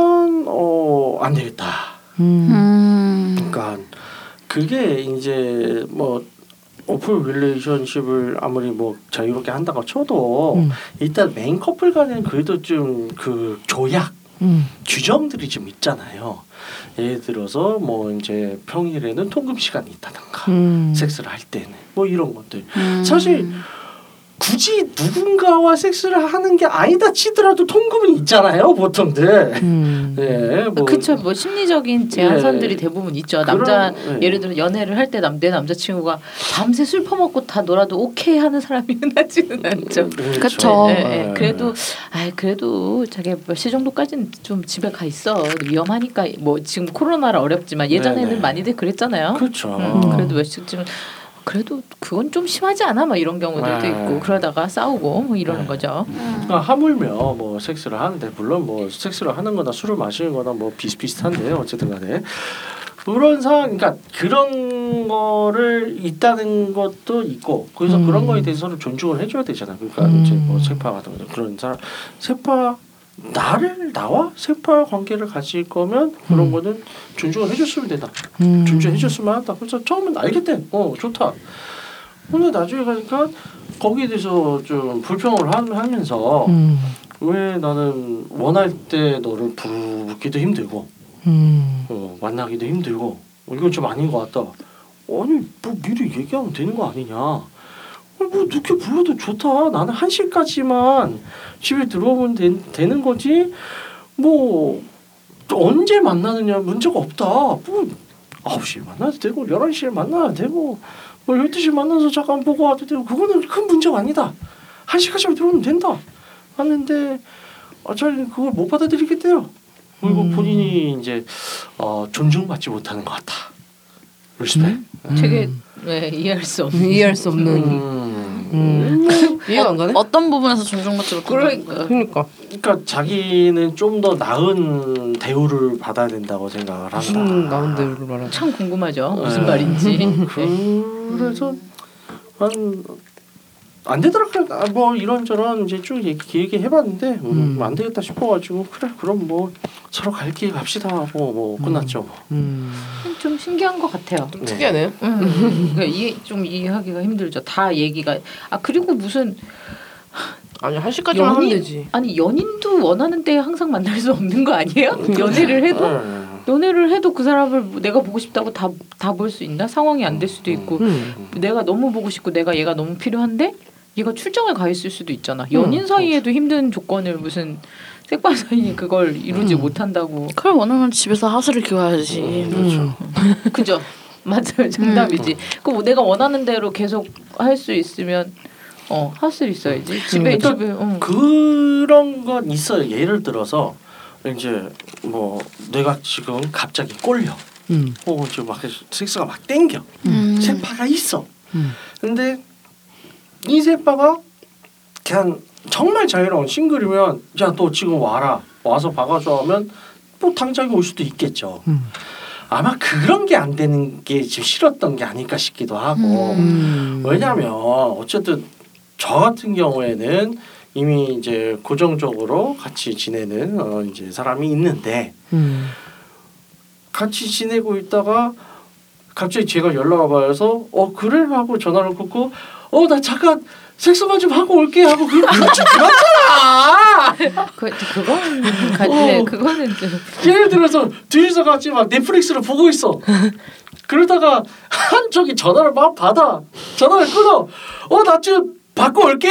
Speaker 3: 어안 되겠다.
Speaker 1: 음.
Speaker 4: 음.
Speaker 3: 그러니까 그게 이제 뭐 오픈 릴레이션십을 아무리 뭐 자유롭게 한다고 쳐도
Speaker 1: 음.
Speaker 3: 일단 메인 커플 간에는 그래도 좀 그 조약
Speaker 1: 음.
Speaker 3: 규정들이 좀 있잖아요. 예를 들어서 뭐 이제 평일에는 통금 시간이 있다던가
Speaker 1: 음.
Speaker 3: 섹스를 할 때는 뭐 이런 것들
Speaker 4: 음.
Speaker 3: 사실 굳이 누군가와 섹스를 하는 게 아니다 치더라도 통금은 있잖아요 보통들.
Speaker 1: 음.
Speaker 3: 예, 뭐
Speaker 2: 그쵸 뭐 심리적인 제한선들이
Speaker 3: 예.
Speaker 2: 대부분 있죠.
Speaker 3: 그런-
Speaker 2: 남자
Speaker 3: 예.
Speaker 2: 예를 들어 연애를 할 때 내 남자친구가 밤새 술 퍼먹고 다 놀아도 오케이 하는 사람이 흔하지는 않죠.
Speaker 3: 네, 어. 그렇죠.
Speaker 4: 그쵸.
Speaker 2: 예, 예. 그래도 아 그래도 자기 몇 시 정도까지는 좀 집에 가 있어 위험하니까 뭐 지금 코로나라 어렵지만 예전에는
Speaker 3: 네, 네.
Speaker 2: 많이들 그랬잖아요.
Speaker 3: 그렇죠.
Speaker 2: 음, 그래도 몇 시쯤 그래도 그건 좀 심하지 않아 막 이런 경우들도
Speaker 3: 네.
Speaker 2: 있고 그러다가 싸우고 뭐 이러는
Speaker 3: 네.
Speaker 2: 거죠.
Speaker 4: 음.
Speaker 3: 그러니까 하물며 뭐 섹스를 하는데 물론 뭐 섹스를 하는거나 술을 마시는거나 뭐 비슷비슷한데 어쨌든간에 그런 상황 그러니까 그런 거를 있다는 것도 있고 그래서
Speaker 1: 음.
Speaker 3: 그런 거에 대해서는 존중을 해줘야 되잖아. 그러니까
Speaker 1: 음.
Speaker 3: 이제 뭐 세파 같은 거 그런 사람 세파 나를 나와 세파 관계를 가질 거면 그런
Speaker 1: 음.
Speaker 3: 거는 존중을 해줬으면 된다.
Speaker 1: 음.
Speaker 3: 존중해줬으면 한다. 그래서 처음엔 알겠대. 어 좋다. 근데 나중에 가니까 거기에 대해서 좀 불평을 하- 하면서
Speaker 1: 음.
Speaker 3: 왜 나는 원할 때 너를 부르기도 힘들고
Speaker 1: 음.
Speaker 3: 어, 만나기도 힘들고 어, 이건 좀 아닌 것 같다. 아니 뭐 미리 얘기하면 되는 거 아니냐. 어, 뭐 늦게 불러도 좋다. 나는 한 시까지만 집에 들어오면 되, 되는 거지. 뭐 언제 만나느냐 문제가 없다. 뭐 9시에 만나도 되고 11시에 만나도 되고 뭐 12시에 만나서 잠깐 보고 와도 되고 그거는 큰 문제가 아니다. 한 시까지만 들어오면 된다. 하는데 어차피 그걸 못 받아들이겠대요. 그리고
Speaker 1: 음.
Speaker 3: 본인이 이제 어, 존중받지 못하는 것 같다. 리스펙.
Speaker 2: 되게 네, 이해할 수 없는
Speaker 1: 이해할 수 없는.
Speaker 3: 음.
Speaker 1: 음. 이해가 안 가네.
Speaker 4: 어떤 부분에서 존중받지 못하는 거야?
Speaker 1: 그러니까.
Speaker 3: 그러니까 자기는 좀 더 나은 대우를 받아야 된다고 생각을 한다.
Speaker 1: 무슨 나온데 이걸 말하는
Speaker 2: 참 궁금하죠. 무슨
Speaker 3: 네.
Speaker 2: 말인지. 네.
Speaker 3: 그래서 한안 되더라고요. 아, 뭐 이런저런 이제 쭉 얘기 길게 해봤는데 음,
Speaker 1: 음.
Speaker 3: 안 되겠다 싶어가지고 그래 그럼 뭐 서로 갈 길 갑시다 하고 뭐 끝났죠. 뭐.
Speaker 1: 음.
Speaker 2: 네. 좀 신기한 것 같아요.
Speaker 3: 네.
Speaker 1: 특이하네.
Speaker 2: 음, 그러니까 이해 좀 이해하기가 힘들죠. 다 얘기가 아 그리고 무슨
Speaker 1: 아니 한 시까지만 하면
Speaker 2: 연인?
Speaker 1: 되지.
Speaker 2: 아니 연인도 원하는 때 항상 만날 수 없는 거 아니에요? 연애를 해도
Speaker 3: 네.
Speaker 2: 연애를 해도 그 사람을 내가 보고 싶다고 다 다 볼 수 있나? 상황이 안 될 수도 있고
Speaker 1: 음.
Speaker 2: 내가 너무 보고 싶고 내가 얘가 너무 필요한데 얘가 출장을 가 있을 수도 있잖아.
Speaker 3: 음,
Speaker 2: 연인 사이에도
Speaker 3: 그렇죠.
Speaker 2: 힘든 조건을 무슨 색반 사이 그걸
Speaker 3: 음.
Speaker 2: 이루지 못한다고
Speaker 4: 그걸 원하면 집에서 하수를 키워야지. 음.
Speaker 3: 그렇죠. 음.
Speaker 2: 그죠? 맞아요, 정답이지. 그럼 뭐 내가 원하는 대로 계속 할 수 있으면 어 할 수 있어야지. 집에 음,
Speaker 3: 그러니까
Speaker 2: 집에 응.
Speaker 3: 그런 건 있어요. 예를 들어서 이제 뭐 내가 지금 갑자기 꼴려.
Speaker 1: 음.
Speaker 3: 혹은 지금 막 섹스가 막 땡겨.
Speaker 4: 음.
Speaker 3: 세파가 있어.
Speaker 1: 음.
Speaker 3: 근데 이 세빠가 그냥 정말 자유로운 싱글이면 야 너 지금 와라 와서 박아줘 하면 뭐 당장에 올 수도 있겠죠.
Speaker 1: 음.
Speaker 3: 아마 그런 게 안 되는 게 지금 싫었던 게 아닐까 싶기도 하고
Speaker 4: 음.
Speaker 3: 왜냐하면 어쨌든 저 같은 경우에는 이미 이제 고정적으로 같이 지내는 어 이제 사람이 있는데
Speaker 1: 음.
Speaker 3: 같이 지내고 있다가 갑자기 제가 연락 와봐서 어 그래 하고 전화를 끊고 어 나 잠깐 섹스만 좀 하고 올게 하고 그걸 그렇지 그렇잖아
Speaker 2: 그 그거는 가- 네,
Speaker 3: 어.
Speaker 2: 그거는 좀
Speaker 3: 예를 들어서 둘이서 같이 막 넷플릭스를 보고 있어 그러다가 한쪽이 전화를 막 받아 전화를 끊어 어 나 지금 받고 올게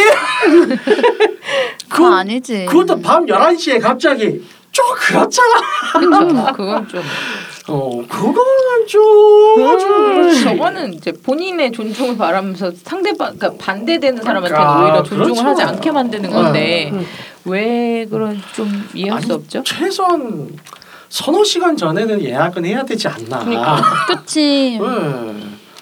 Speaker 4: 그거 아니지.
Speaker 3: 그것도 밤 11시에 갑자기 좀 그렇잖아
Speaker 2: 그쵸? 그건 좀
Speaker 3: 어 그거는 좀 좀-
Speaker 2: 그렇죠. 저거는 이제 본인의 존중을 바라면서 상대방 그러니까 반대되는 사람한테
Speaker 3: 그러니까,
Speaker 2: 오히려 존중을
Speaker 3: 그렇죠. 음.
Speaker 2: 하지 않게 만드는 건데 왜 그런 좀 이해할
Speaker 3: 아니,
Speaker 2: 수 없죠?
Speaker 3: 최소한 서너 시간 전에는 예약은 해야 되지 않나.
Speaker 4: 그치.
Speaker 3: 네.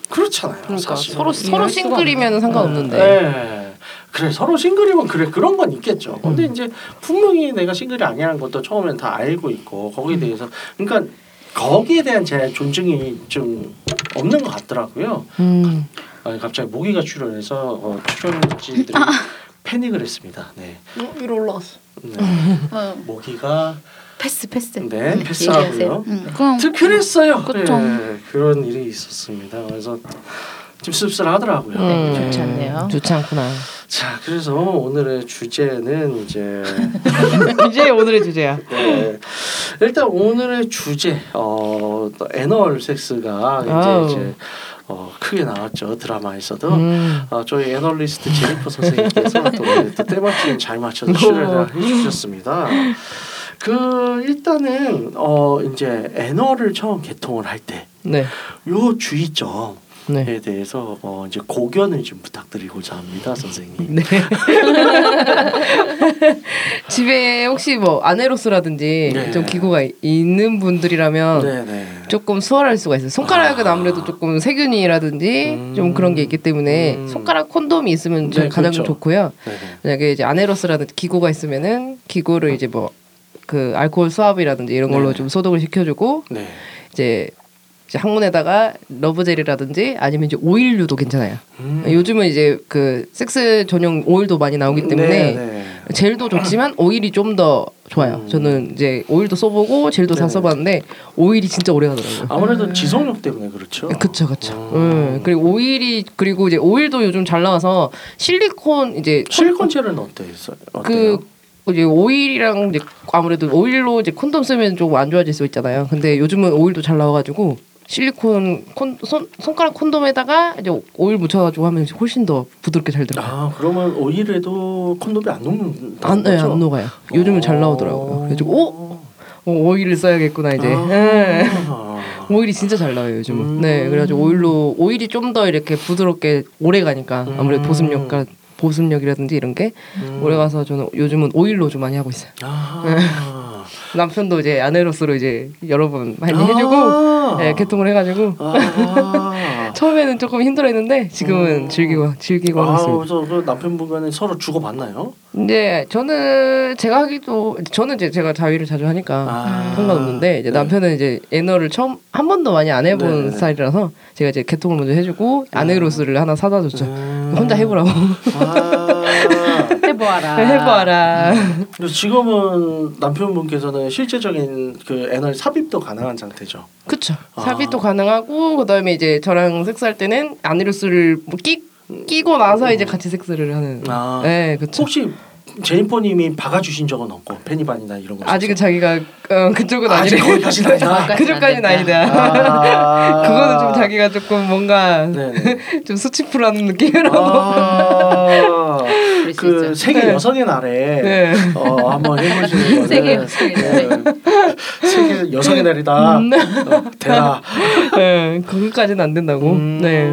Speaker 3: 그렇잖아요.
Speaker 1: 그러니까
Speaker 3: 사실. 음.
Speaker 1: 서로 서로
Speaker 2: 이해할 수가
Speaker 1: 싱글이면 상관없는데.
Speaker 3: 네. 그래 서로 싱글이면 그래 그런 건 있겠죠. 근데
Speaker 1: 음.
Speaker 3: 이제 분명히 내가 싱글이 아니라는 것도 처음엔 다 알고 있고 거기에
Speaker 1: 음.
Speaker 3: 대해서 그러니까 거기에 대한 제 존중이 좀 없는 것 같더라고요.
Speaker 1: 음.
Speaker 3: 아니 갑자기 모기가 출연해서 어, 출연진들이
Speaker 2: 아.
Speaker 3: 패닉을 했습니다. 네.
Speaker 1: 위로 올라갔어.
Speaker 3: 네.
Speaker 4: 응.
Speaker 3: 모기가
Speaker 2: 음. 패스 패스.
Speaker 3: 네
Speaker 2: 음,
Speaker 3: 패스하고요.
Speaker 2: 얘기하세요. 음.
Speaker 4: 응. 그럼
Speaker 3: 특별했어요.
Speaker 4: 그쵸.
Speaker 3: 예, 그런 일이 있었습니다. 그래서 좀 씁쓸하더라고요.
Speaker 2: 네,
Speaker 3: 예.
Speaker 2: 좋지 않네요.
Speaker 1: 음. 좋지 않구나.
Speaker 3: 자, 그래서 오늘의 주제는 이제
Speaker 1: 이제 오늘의 주제야.
Speaker 3: 네, 일단 오늘의 주제 어, 또 애널 섹스가
Speaker 1: 아우.
Speaker 3: 이제, 이제 어, 크게 나왔죠 드라마에서도.
Speaker 1: 음.
Speaker 3: 어, 저희 애널리스트 제니퍼 선생님께서 또, 오늘 또 때마침 잘
Speaker 1: 네.
Speaker 3: 맞춰서 출연을 해주셨습니다. 그 일단은 어 이제 애널을 처음 개통을 할때
Speaker 1: 네.
Speaker 3: 요 주의점에
Speaker 1: 네.
Speaker 3: 대해서 어, 이제 고견을 좀 부탁드리고자 합니다, 선생님.
Speaker 1: 네. 집에 혹시 뭐 아내로서라든지
Speaker 3: 네.
Speaker 1: 좀 기구가 이- 있는 분들이라면
Speaker 3: 네네.
Speaker 1: 조금 수월할 수가 있어요. 손가락은
Speaker 3: 아.
Speaker 1: 아. 무래도 조금 세균이라든지
Speaker 3: 음.
Speaker 1: 좀 그런 게 있기 때문에
Speaker 3: 음.
Speaker 1: 손가락 콘돔이 있으면 좀
Speaker 3: 네,
Speaker 1: 가장
Speaker 3: 그렇죠.
Speaker 1: 좋고요.
Speaker 3: 네네.
Speaker 1: 만약에 이제 아네로스라든지 기구가 있으면은 기구를 이제 뭐 그 알코올 수압이라든지 이런 걸로
Speaker 3: 네.
Speaker 1: 좀 소독을 시켜주고
Speaker 3: 네.
Speaker 1: 이제 이제 항문에다가 러브젤이라든지 아니면 이제 오일류도 괜찮아요.
Speaker 3: 음.
Speaker 1: 요즘은 이제 그 섹스 전용 오일도 많이 나오기 때문에
Speaker 3: 네, 음, 네네.
Speaker 1: 젤도 좋지만 오일이 좀 더 좋아요.
Speaker 3: 음.
Speaker 1: 저는 이제 오일도 써보고 젤도 다
Speaker 3: 네네.
Speaker 1: 써봤는데 오일이 진짜 오래 가더라고요.
Speaker 3: 아무래도 지속력 때문에 그렇죠.
Speaker 1: 그쵸 그쵸.
Speaker 3: 음.
Speaker 1: 음, 그리고 오일이 그리고 이제 오일도 요즘 잘 나와서 실리콘 이제
Speaker 3: 실리콘 젤은 어때요?
Speaker 1: 그
Speaker 3: 어때요?
Speaker 1: 이제 오일이랑 이제 아무래도 오일로 이제 콘돔 쓰면 조금 안 좋아질 수 있잖아요. 근데 요즘은 오일도 잘 나와가지고 실리콘 콘, 손 손가락 콘돔에다가 이제 오일 묻혀가지고 하면 이제 훨씬 더 부드럽게 잘 들어.
Speaker 3: 아 그러면 오일에도 콘돔이 안 녹는다.
Speaker 1: 안, 예, 안 녹아요. 요즘은 잘 나오더라고요. 그래서 오, 어, 오일을 써야겠구나 이제.
Speaker 3: 아.
Speaker 1: 예. 오일이 진짜 잘 나와요 요즘은.
Speaker 3: 음.
Speaker 1: 네, 그래가지고 오일로 오일이 좀 더 이렇게 부드럽게 오래 가니까 아무래도
Speaker 3: 음.
Speaker 1: 보습력과 보습력이라든지 이런 게 오래 가서 저는 요즘은 오일로 좀 많이 하고 있어요.
Speaker 3: 아.
Speaker 1: 남편도 이제 아내로서로 이제 여러 번 많이 해주고
Speaker 3: 아. 아.
Speaker 1: 네, 개통을 해가지고
Speaker 3: 아.
Speaker 1: 처음에는 조금 힘들어했는데 지금은
Speaker 3: 음.
Speaker 1: 즐기고 즐기고 하고
Speaker 3: 아,
Speaker 1: 있습니다.
Speaker 3: 그래서 그 남편분과는 서로 주고 받나요?
Speaker 1: 이제 저는 제가 하기도 저는 이제 제가 자위를 자주 하니까
Speaker 3: 아.
Speaker 1: 상관없는데 이제
Speaker 3: 네.
Speaker 1: 남편은 이제 애너를 처음 한 번도 많이 안 해본
Speaker 3: 네.
Speaker 1: 스타일이라서 제가 이제 개통을 먼저 해주고 아네로스를 하나 사다 줬죠.
Speaker 3: 음.
Speaker 1: 혼자 해보라고
Speaker 3: 아.
Speaker 2: 해보아라.
Speaker 1: 해봐라.
Speaker 3: 그래서 지금은 남편분께서는 실제적인 그 NR 삽입도 가능한 상태죠.
Speaker 1: 그쵸.
Speaker 3: 아.
Speaker 1: 삽입도 가능하고 그다음에 이제 저랑 섹스할 때는 아네로스를 뭐 끼, 끼고 나서 이제 같이 섹스를 하는.
Speaker 3: 아.
Speaker 1: 네, 그쵸.
Speaker 3: 혹시 제인포님이 박아주신 적은 없고 페니반이나 이런 거
Speaker 1: 아직은 자기가 어, 그쪽은
Speaker 3: 뭐 아직
Speaker 1: 아니래.
Speaker 3: 거기까지는 아니다.
Speaker 1: 그쪽까지는 아니다.
Speaker 3: 아.
Speaker 1: 그거는 좀 자기가 조금 뭔가
Speaker 3: 네네.
Speaker 1: 좀 수치풀한 느낌이라고.
Speaker 3: 아,
Speaker 2: 그럴 수
Speaker 3: 그
Speaker 2: 있죠.
Speaker 3: 세계
Speaker 1: 네.
Speaker 3: 여성의 날에
Speaker 1: 네.
Speaker 3: 어, 한번 해보시는 거는
Speaker 2: 세계 여성의 날.
Speaker 3: 네. 세계 여성의 날이다. 어, 대라.
Speaker 1: 네. 거기까지는 안 된다고.
Speaker 3: 음.
Speaker 1: 네.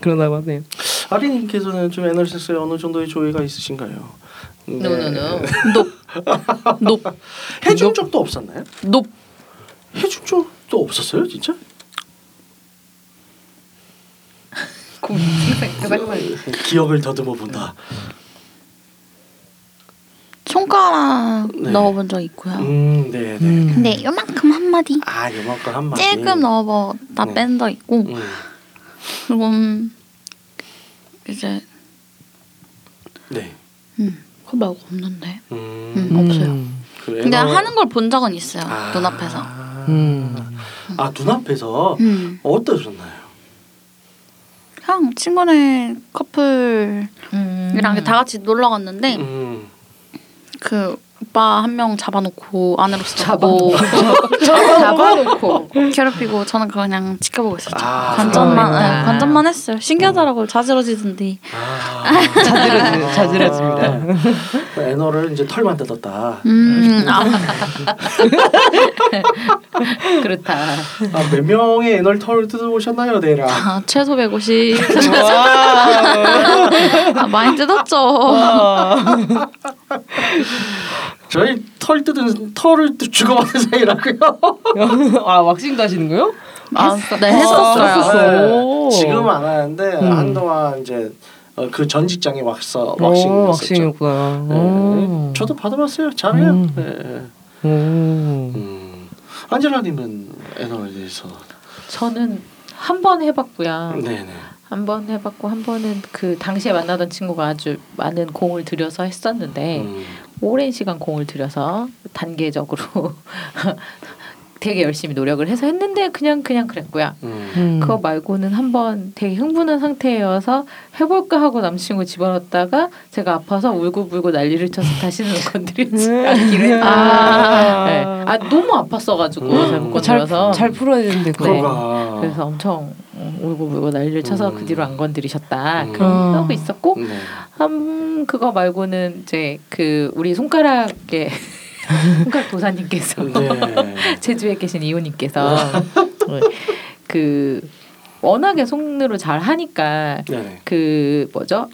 Speaker 1: 그러다고 하네요.
Speaker 3: 아리님께서는 좀 에너지스에 어느 정도의 조예가 있으신가요? 네.
Speaker 2: 노노노.
Speaker 4: 높.
Speaker 3: 해준 적도 없었나요?
Speaker 4: 높.
Speaker 3: 해준 적도 없었어요, 진짜? 기억을 더듬어 본다.
Speaker 4: 손가락
Speaker 3: 네.
Speaker 4: 넣어본 적 있고요.
Speaker 3: 음, 네, 네.
Speaker 4: 근데 요만큼 한 마디.
Speaker 3: 아, 요만큼 한 마디.
Speaker 4: 찔끔 넣어봤다
Speaker 3: 네.
Speaker 4: 뺀 적 있고
Speaker 3: 음.
Speaker 4: 그리고 음, 이제
Speaker 3: 네.
Speaker 4: 음, 그거 말고 없는데.
Speaker 3: 음.
Speaker 4: 음. 없어요.
Speaker 3: 그
Speaker 4: 근데
Speaker 3: 에너-
Speaker 4: 하는 걸 본 적은 있어요.
Speaker 3: 아.
Speaker 4: 눈앞에서.
Speaker 1: 음.
Speaker 3: 아, 눈앞에서
Speaker 4: 음.
Speaker 3: 어떠셨나요?
Speaker 4: 그냥 친구네 커플이랑
Speaker 2: 음.
Speaker 4: 다 같이 놀러 갔는데
Speaker 1: 네.
Speaker 3: 음.
Speaker 4: 그 오빠 한 명 잡아놓고 안으로 쓰고
Speaker 2: 잡아놓고. 잡아놓고.
Speaker 4: 괴롭히고 저는 그거 그냥 지켜보고 있었죠.
Speaker 3: 아,
Speaker 4: 관전만
Speaker 2: 그러구나.
Speaker 4: 네, 관전만 했어요. 신기하더라고요. 자지러지던데.
Speaker 3: 아.
Speaker 1: 자지러지- 자지러집니다.
Speaker 3: 아. 에너를 이제 털만 뜯었다.
Speaker 4: 음, 아,
Speaker 2: 그렇다.
Speaker 3: 아, 몇 명의 에너를 털을 뜯어보셨나요, 대라?
Speaker 4: 아, 최소 150.
Speaker 1: 와.
Speaker 4: 아, 많이 뜯었죠.
Speaker 3: 저희 털 뜯은 털을 또 주고받은 사이라고요.
Speaker 1: 아 왁싱도 하시는 거요?
Speaker 4: 아, 네
Speaker 1: 아,
Speaker 4: 했었어요.
Speaker 1: 했었어.
Speaker 3: 네. 지금 안 하는데
Speaker 1: 음.
Speaker 3: 한동안 이제 어, 그전 직장에 왁서
Speaker 1: 오,
Speaker 3: 왁싱
Speaker 1: 왁싱이었구나.
Speaker 3: 네.
Speaker 1: 오.
Speaker 3: 저도 받아봤어요. 잘해요.
Speaker 1: 음.
Speaker 3: 네.
Speaker 1: 오.
Speaker 3: 음. 안젤라님은 에너에 대해서
Speaker 2: 저는 한 번
Speaker 1: 아.
Speaker 2: 해봤고요.
Speaker 3: 네네.
Speaker 2: 한 번 해봤고 한 번은 그 당시에 만나던 친구가 아주 많은 공을 들여서
Speaker 1: 네.
Speaker 2: 했었는데
Speaker 3: 음.
Speaker 2: 오랜 시간 공을 들여서 단계적으로 되게 열심히 노력을 해서 했는데 그냥 그냥 그랬고요.
Speaker 3: 음.
Speaker 1: 음.
Speaker 2: 그거 말고는 한 번 되게 흥분한 상태여서 해볼까 하고 남친구 집어넣었다가 제가 아파서 울고불고 난리를 쳐서 다시는 건드리지 않기로 했다.
Speaker 1: 음. 아.
Speaker 2: 음.
Speaker 1: 뭐
Speaker 2: 네. 아 너무 아팠어가지고
Speaker 3: 음.
Speaker 2: 잘못
Speaker 3: 어,
Speaker 1: 잘,
Speaker 2: 건드려서
Speaker 1: 잘 풀어야 되는데 그거.
Speaker 3: 그러니까.
Speaker 2: 네.
Speaker 3: 그거가
Speaker 2: 그래서 엄청 음, 울고불고 난리를 쳐서
Speaker 3: 음.
Speaker 2: 그 뒤로 안 건드리셨다
Speaker 3: 음.
Speaker 2: 그런 하고 있었고
Speaker 3: 네.
Speaker 2: 음, 그거 말고는 이제 그 우리 손가락에 손가락 도사님께서
Speaker 3: 네.
Speaker 2: 제주에 계신 이호님께서 네. 그 워낙에 손으로 잘 하니까
Speaker 3: 네네.
Speaker 2: 그 뭐죠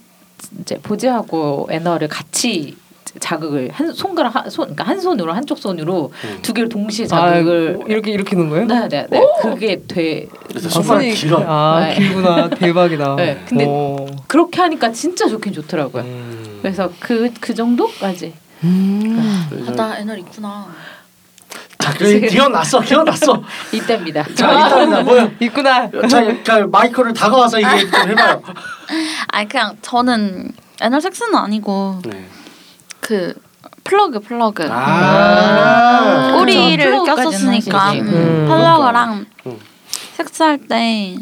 Speaker 2: 이제 보지하고 에너를 같이 자극을 한 손가락 한, 손 그러니까 한 손으로 한쪽 손으로
Speaker 3: 음.
Speaker 2: 두 개를 동시에
Speaker 1: 아,
Speaker 2: 자극을
Speaker 1: 이렇게 이렇게 넣는 거예요?
Speaker 2: 그 네, 네, 네. 그게 돼
Speaker 3: 그래서
Speaker 1: 아,
Speaker 3: 손가락
Speaker 1: 손이-
Speaker 3: 길어요.
Speaker 1: 아,
Speaker 2: 네.
Speaker 1: 길구나. 대박이다.
Speaker 2: 네, 근데-
Speaker 1: 오.
Speaker 2: 그렇게 하니까 진짜 좋긴 좋더라고요.
Speaker 3: 음.
Speaker 2: 그래서 그 그 정도까지
Speaker 1: 음.
Speaker 3: 그래서-
Speaker 4: 아, 나 에너 있구나.
Speaker 3: 자, 그 기어났어, 기어났어.
Speaker 2: 이때입니다.
Speaker 3: 자, 일단은 나 뭐야?
Speaker 1: 있구나.
Speaker 3: 자, 자, 마이크를 다가와서 이게 좀 해봐요.
Speaker 4: 아니 그냥 저는 에너 섹스는 아니고
Speaker 3: 네.
Speaker 4: 그 플러그 플러그.
Speaker 3: 아.
Speaker 4: 꼬리를
Speaker 2: 그렇죠.
Speaker 4: 꼈었으니까
Speaker 2: 플러그까지는
Speaker 1: 사실은.
Speaker 4: 음,
Speaker 1: 음.
Speaker 4: 플러그랑
Speaker 3: 음.
Speaker 4: 섹스할 때 네.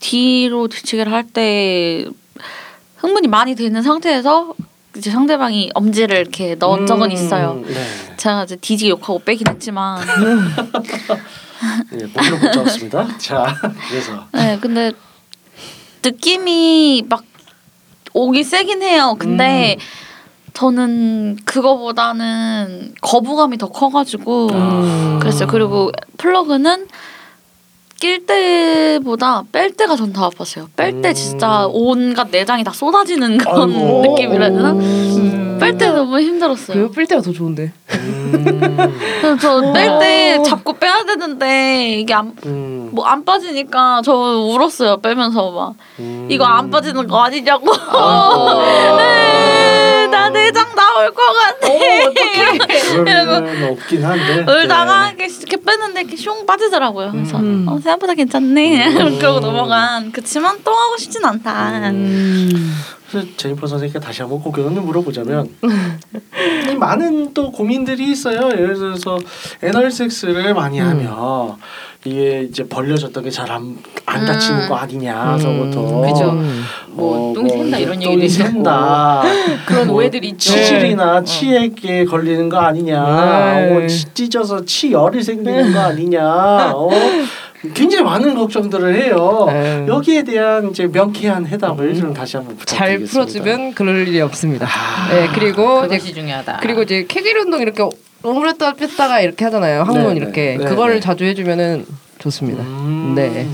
Speaker 4: 뒤로 뒤치기를 할 때 흥분이 많이 되는 상태에서 이제 상대방이 엄지를 이렇게 넣은 적은 있어요.
Speaker 3: 음. 네.
Speaker 4: 제가 이제 뒤지게 욕하고 빼긴 했지만
Speaker 3: 네, 목을 못 잡았습니다. 자, 그래서
Speaker 4: 네 근데 느낌이 막 오기 세긴 해요. 근데 저는 그거보다는 거부감이 더 커가지고
Speaker 3: 아.
Speaker 4: 그랬어요. 그리고 플러그는 낄 때보다 뺄 때가 전 더 아팠어요. 뺄 때
Speaker 3: 음.
Speaker 4: 진짜 온갖 내장이 다 쏟아지는 그런
Speaker 3: 아이고.
Speaker 4: 느낌이라 해야 되나?
Speaker 1: 음.
Speaker 4: 뺄 때 너무 힘들었어요.
Speaker 1: 그뺄 때가 더 좋은데.
Speaker 4: 저 뺄 때 잡고 빼야 되는데 이게 안
Speaker 3: 음,
Speaker 4: 뭐 안 빠지니까 저 울었어요 빼면서 막
Speaker 3: 음.
Speaker 4: 이거 안 빠지는 거 아니냐고 네, 나 내장 나올 것 같아 네.
Speaker 3: 그러면은 없긴 한데.
Speaker 4: 울다가
Speaker 3: 어, 네.
Speaker 4: 이렇게 이렇게 뺐는데 이렇게 슝 빠지더라고요 그래서
Speaker 1: 음.
Speaker 4: 어, 생각보다 괜찮네
Speaker 3: 음.
Speaker 4: 그러고 넘어간 그치만 또 하고 싶진 않다
Speaker 2: 음.
Speaker 3: 그래서 제니퍼 선생님께 다시 한번 고견을 물어보자면 이 많은 또 고민들이 있어요. 예를 들어서 애널 섹스를
Speaker 2: 음.
Speaker 3: 많이 하면 이게 이제 벌려졌던 게 잘 안 안 다치는 거 아니냐 서부터
Speaker 2: 음. 그죠.
Speaker 1: 음.
Speaker 2: 뭐 똥이 샌다 이런
Speaker 3: 어, 똥이
Speaker 2: 얘기도
Speaker 3: 샌다.
Speaker 2: 그런
Speaker 3: 뭐
Speaker 2: 오해들이 있죠.
Speaker 3: 치질이나
Speaker 2: 네.
Speaker 3: 치액에 걸리는 거 아니냐,
Speaker 1: 네.
Speaker 3: 뭐 치- 찢어서 치열이 생기는 거 아니냐, 어? 굉장히 많은 걱정들을 해요.
Speaker 1: 네.
Speaker 3: 여기에 대한 이제 명쾌한 해답을 좀 다시 한번
Speaker 1: 잘
Speaker 3: 부탁드리겠습니다.
Speaker 1: 풀어주면 그럴 일이 없습니다.
Speaker 3: 아.
Speaker 1: 네 그리고 이제
Speaker 2: 어, 그것이 중요하다.
Speaker 1: 그리고 이제 캐딜 운동 이렇게 오므렸다 뺐다가 이렇게 하잖아요. 항문
Speaker 3: 네,
Speaker 1: 이렇게
Speaker 3: 네.
Speaker 1: 그거를
Speaker 3: 네, 네.
Speaker 1: 자주 해주면은 좋습니다.
Speaker 3: 음.
Speaker 1: 네.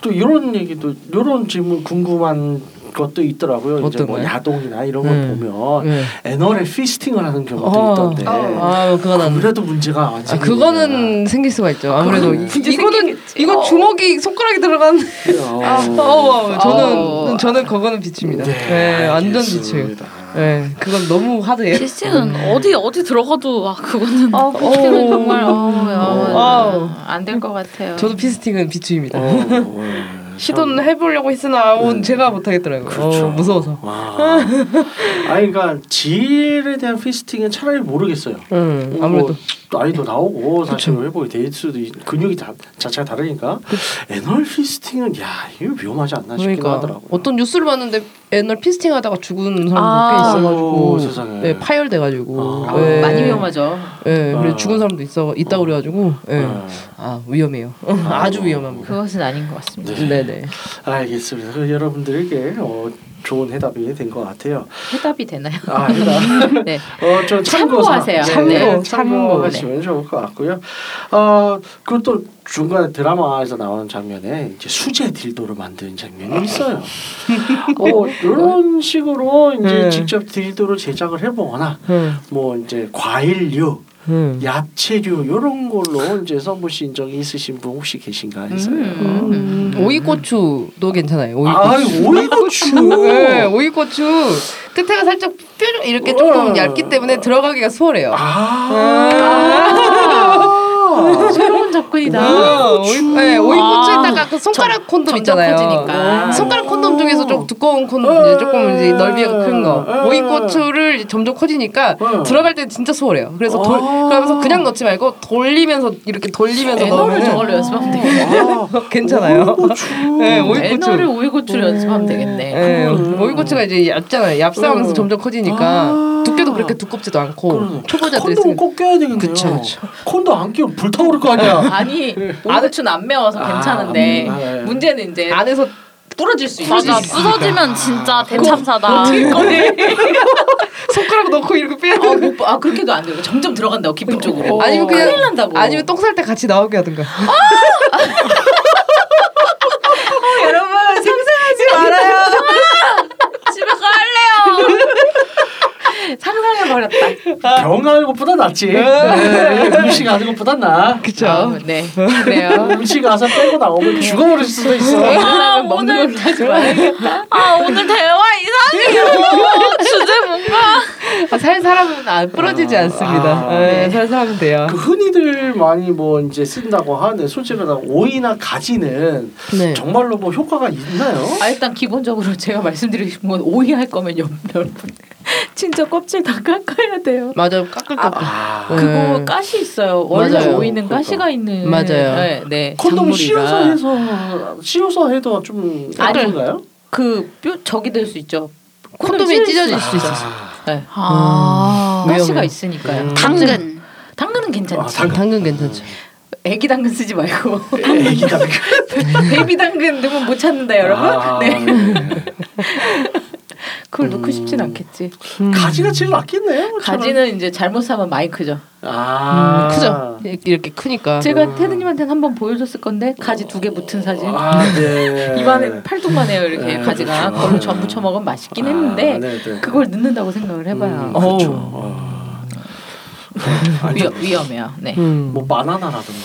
Speaker 3: 또 이런 얘기도 이런 질문 궁금한 것도 있더라고요. 이제
Speaker 1: 어떤
Speaker 3: 뭐
Speaker 1: 거요?
Speaker 3: 야동이나 이런 걸
Speaker 1: 음.
Speaker 3: 보면
Speaker 1: 네.
Speaker 3: 애널에 피스팅을 하는 경우도
Speaker 1: 어.
Speaker 3: 있던데.
Speaker 1: 아 그건 안.
Speaker 3: 그래도 문제가 안
Speaker 1: 아,
Speaker 3: 생기냐.
Speaker 1: 그거는 생길 수가 있죠. 아무래도
Speaker 3: 그거는 어.
Speaker 1: 이- 이거는 이거 주먹이 손가락이 들어간.
Speaker 3: 그래요.
Speaker 1: 아, 어, 저는
Speaker 2: 어.
Speaker 1: 저는 그거는 비칩니다. 네, 완전 비치요.
Speaker 3: 알겠습니다.
Speaker 1: 네, 그건 너무 하드해요.
Speaker 4: 실제는 어디 어디 들어가도 막 그거는
Speaker 2: 음. 어, 음.
Speaker 1: 어.
Speaker 2: 피스팅은 정말
Speaker 1: 아우.
Speaker 2: 안될 것 같아요.
Speaker 1: 저도 피스팅은 비추입니다.
Speaker 3: 어, 어,
Speaker 1: 시도는 해보려고 했으나 온 제가 못하겠더라고요.
Speaker 3: 그렇죠.
Speaker 1: 어, 무서워서.
Speaker 3: 와. 아니 그러니까 질에 대한 피스팅은 차라리 모르겠어요.
Speaker 1: 응, 네, 음, 아무래도
Speaker 3: 뭐, 나이도 나오고 사실 회복이 될 수도 있, 근육이 다, 자체가 다르니까 애널 피스팅은 야 이거 위험하지 않나 싶기도
Speaker 1: 그러니까
Speaker 3: 하더라고요.
Speaker 1: 어떤 뉴스를 봤는데 옛날 피스팅하다가 죽은 사람도
Speaker 4: 아.
Speaker 1: 꽤
Speaker 3: 아이고,
Speaker 1: 있어가지고
Speaker 3: 세상에.
Speaker 1: 네, 파열돼가지고
Speaker 3: 아.
Speaker 2: 아우,
Speaker 1: 네.
Speaker 2: 어, 많이 위험하죠.
Speaker 1: 네, 그래
Speaker 3: 아.
Speaker 1: 서 죽은 사람도 있어 있다 고 그래가지고 네.
Speaker 3: 아.
Speaker 1: 아 위험해요. 아주 위험합니다.
Speaker 2: 그것은 아닌 것 같습니다.
Speaker 1: 네네. 네.
Speaker 3: 알겠습니다. 그럼 여러분들에게 어, 좋은 해답이 된 것 같아요.
Speaker 2: 해답이 되나요?
Speaker 3: 아, 해답.
Speaker 2: 네.
Speaker 3: 어, 좀 참고
Speaker 2: 참고하세요.
Speaker 3: 참고,
Speaker 1: 네,
Speaker 3: 참고하시면 좋을 것 같고요. 어, 그것도 중간에 드라마에서 나오는 장면에 이제 수제 딜도를 만드는 장면이 있어요. 어, 이런 식으로 이제
Speaker 1: 네.
Speaker 3: 직접 딜도를 제작을 해보거나 뭐 이제 과일류,
Speaker 1: 음.
Speaker 3: 야채류 이런 걸로 이제 선보신 적이 있으신 분 혹시 계신가 해서요.
Speaker 2: 음, 음.
Speaker 1: 오이고추도 괜찮아요.
Speaker 3: 아,
Speaker 1: 오이고추.
Speaker 3: 오이고추.
Speaker 1: 네, 오이고추 끝에가 살짝 뾰족 이렇게
Speaker 3: 우와.
Speaker 1: 조금 얇기 때문에 들어가기가 수월해요.
Speaker 3: 아.
Speaker 2: 새로운 접근이다.
Speaker 1: 아, 오이, 네, 오이고추에다가 그 손가락 콘돔
Speaker 2: 점점
Speaker 1: 있잖아요. 네.
Speaker 2: 커지니까.
Speaker 1: 손가락 콘돔 중에서 좀 두꺼운 콘돔,
Speaker 3: 네.
Speaker 1: 이제 조금 이제 넓이가 큰
Speaker 3: 네.
Speaker 1: 거. 오이고추를 이제 점점 커지니까
Speaker 3: 네.
Speaker 1: 들어갈 때 진짜 수월해요. 그래서 돌,
Speaker 3: 아.
Speaker 1: 그러면서 그냥 넣지 말고 돌리면서 이렇게 돌리면서
Speaker 2: 애너를
Speaker 1: 넣으면
Speaker 2: 저걸로 연습하면 되겠네.
Speaker 3: 아,
Speaker 1: 괜찮아요. 네, 오이- 오이고추.
Speaker 2: 애너를 오이고추로 연습하면 되겠네.
Speaker 1: 예,
Speaker 3: 그거는-
Speaker 1: 오이고추가 이제 얇잖아요. 얍싸하면서
Speaker 3: 음.
Speaker 1: 점점 커지니까
Speaker 3: 아.
Speaker 1: 두께도 그렇게 두껍지도 않고 초보자들
Speaker 3: 콘돔
Speaker 1: 있으면
Speaker 3: 꼭 껴야 되겠네요.
Speaker 1: 그쵸, 그쵸.
Speaker 3: 콘돔 안 끼면 불타오를 거 아니야.
Speaker 2: 아니 오이고추는 안 매워서
Speaker 3: 아,
Speaker 2: 괜찮은데
Speaker 3: 아, 네.
Speaker 2: 문제는 이제
Speaker 1: 안에서
Speaker 2: 부러질 수 있어.
Speaker 4: 맞아 부서지면 진짜 대참사다
Speaker 1: 손가락 넣고 이렇게 빼야
Speaker 2: 아,
Speaker 1: 되는
Speaker 2: 못, 봐. 아 그렇게도 안 되고 점점 들어간다고 깊은 쪽으로.
Speaker 1: 아니면 그냥
Speaker 2: 큰일 난다고.
Speaker 1: 아니면 똥 쌀 때 같이 나오게 하든가.
Speaker 2: 여러분 상상하지 말아요.
Speaker 4: 집에 갈래요
Speaker 2: 상상해 버렸다.
Speaker 1: 아,
Speaker 3: 병 하는 것보다 낫지. 네, 음식 하는 것보다 나.
Speaker 2: 아, 네 그래요.
Speaker 3: 음식 가서 빼고 나오면 네. 죽어버릴 수도 있어.
Speaker 2: 아, 먹는 걸로 하지 말아요.
Speaker 4: 아 오늘 대화 이상해요 주제 뭔가
Speaker 1: 아, 살 사람은 안 부러지지
Speaker 3: 아,
Speaker 1: 않습니다.
Speaker 3: 아,
Speaker 1: 예,
Speaker 3: 네.
Speaker 1: 살 사람은 돼요.
Speaker 3: 그 흔히들 많이 뭐 이제 쓴다고 하는 솔직히 나 오이나 가지는
Speaker 1: 네.
Speaker 3: 정말로 뭐 효과가 있나요?
Speaker 2: 아 일단 기본적으로 제가 말씀드리고 싶은 건 오이 할 거면 여- 여러분 진짜 껍질 다 깎아야 돼요.
Speaker 1: 맞아 까끌까끌.
Speaker 3: 아,
Speaker 1: 네.
Speaker 2: 그거 가시 있어요. 원래
Speaker 1: 맞아요.
Speaker 2: 오이는 가시가 있는
Speaker 1: 맞아요.
Speaker 2: 네, 네.
Speaker 3: 콘돔
Speaker 2: 작물이라.
Speaker 3: 씌워서 해서 씌워서 해도 좀
Speaker 2: 아니.
Speaker 3: 나쁜가요?
Speaker 2: 그 뼈, 적이 될 수 있죠.
Speaker 1: 콘돔이 찢어질 수 있어.
Speaker 3: 아,
Speaker 2: 네.
Speaker 4: 아
Speaker 1: 음.
Speaker 2: 가시가
Speaker 1: 위험해요.
Speaker 2: 있으니까요.
Speaker 3: 음.
Speaker 4: 당근
Speaker 2: 당근은 괜찮지.
Speaker 3: 당-
Speaker 1: 당근 괜찮죠.
Speaker 2: 애기 당근 쓰지 말고
Speaker 3: 애기다. 그러니까.
Speaker 1: 아, 네.
Speaker 2: 베이비 당근 넣으면 못 찾는다 여러분.
Speaker 3: 아,
Speaker 2: 네. 마이크를 넣고
Speaker 3: 음.
Speaker 2: 싶진 않겠지.
Speaker 3: 가지가 제일 낫겠네요.
Speaker 2: 가지는 이제 잘못 사면 마이크죠.
Speaker 3: 아
Speaker 1: 크죠. 이렇게 크니까.
Speaker 2: 제가 테드님한테는 한번 보여줬을 건데 가지 두 개 붙은 사진.
Speaker 3: 아 네.
Speaker 2: 입안에 팔뚝만 해요 이렇게
Speaker 3: 네,
Speaker 2: 가지가
Speaker 3: 그렇죠.
Speaker 2: 그걸로 전부 쳐먹으면 맛있긴 했는데
Speaker 3: 아, 네, 네.
Speaker 2: 그걸 넣는다고 생각을 해봐요.
Speaker 3: 음,
Speaker 2: 어,
Speaker 3: 그렇죠.
Speaker 1: 어우.
Speaker 3: 어.
Speaker 2: 위험, 위험해요. 네.
Speaker 1: 음.
Speaker 3: 뭐 바나나라든가.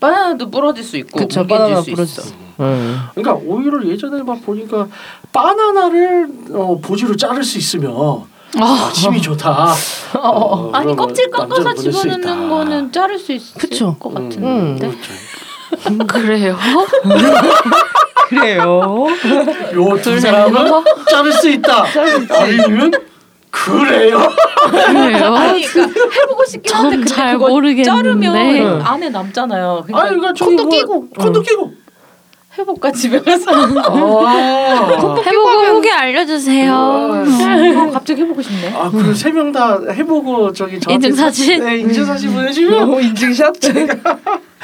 Speaker 2: 바나나도 부러질 수 있고
Speaker 1: 그쵸,
Speaker 2: 뭉개질
Speaker 1: 바나나
Speaker 2: 수
Speaker 1: 부러질
Speaker 2: 있어.
Speaker 1: 음.
Speaker 3: 그러니까 오히려 예전에 막 보니까 바나나를 어, 보지로 자를 수
Speaker 2: 어.
Speaker 3: 있으면 아, 힘이 좋다. 어,
Speaker 2: 아니
Speaker 3: 그러면
Speaker 2: 껍질 깎아서
Speaker 3: 남자를 보낼 수
Speaker 2: 집어넣는
Speaker 3: 있다.
Speaker 2: 거는 자를 수 있을
Speaker 1: 그쵸.
Speaker 2: 것
Speaker 3: 음,
Speaker 2: 같은데
Speaker 3: 그렇죠.
Speaker 4: 그래요?
Speaker 1: 그래요.
Speaker 2: 어,
Speaker 3: 요 두 사람은 자를 수 있다. 아니면 그래요.
Speaker 2: 그러니까
Speaker 4: 그래요?
Speaker 2: 아니 그러니까 해보고 싶긴 한데
Speaker 4: 전
Speaker 2: 근데
Speaker 4: 잘
Speaker 2: 그거
Speaker 4: 모르겠는데.
Speaker 2: 자르면
Speaker 4: 응.
Speaker 2: 안에 남잖아요
Speaker 3: 아,
Speaker 2: 그러니까
Speaker 3: 그러니까 저기
Speaker 1: 콘도
Speaker 3: 뭐,
Speaker 1: 끼고.
Speaker 3: 콘도 끼고.
Speaker 2: 해볼까 집에 가서 어,
Speaker 3: 어. 아,
Speaker 4: 해보고 후기 알려주세요.
Speaker 2: 어, 갑자기 해보고 싶네
Speaker 3: 아 그럼 세명 다 해보고 저기 저한테
Speaker 4: 인증사진?
Speaker 3: 사- 네, 인증사진 보내주면
Speaker 1: 인증샷.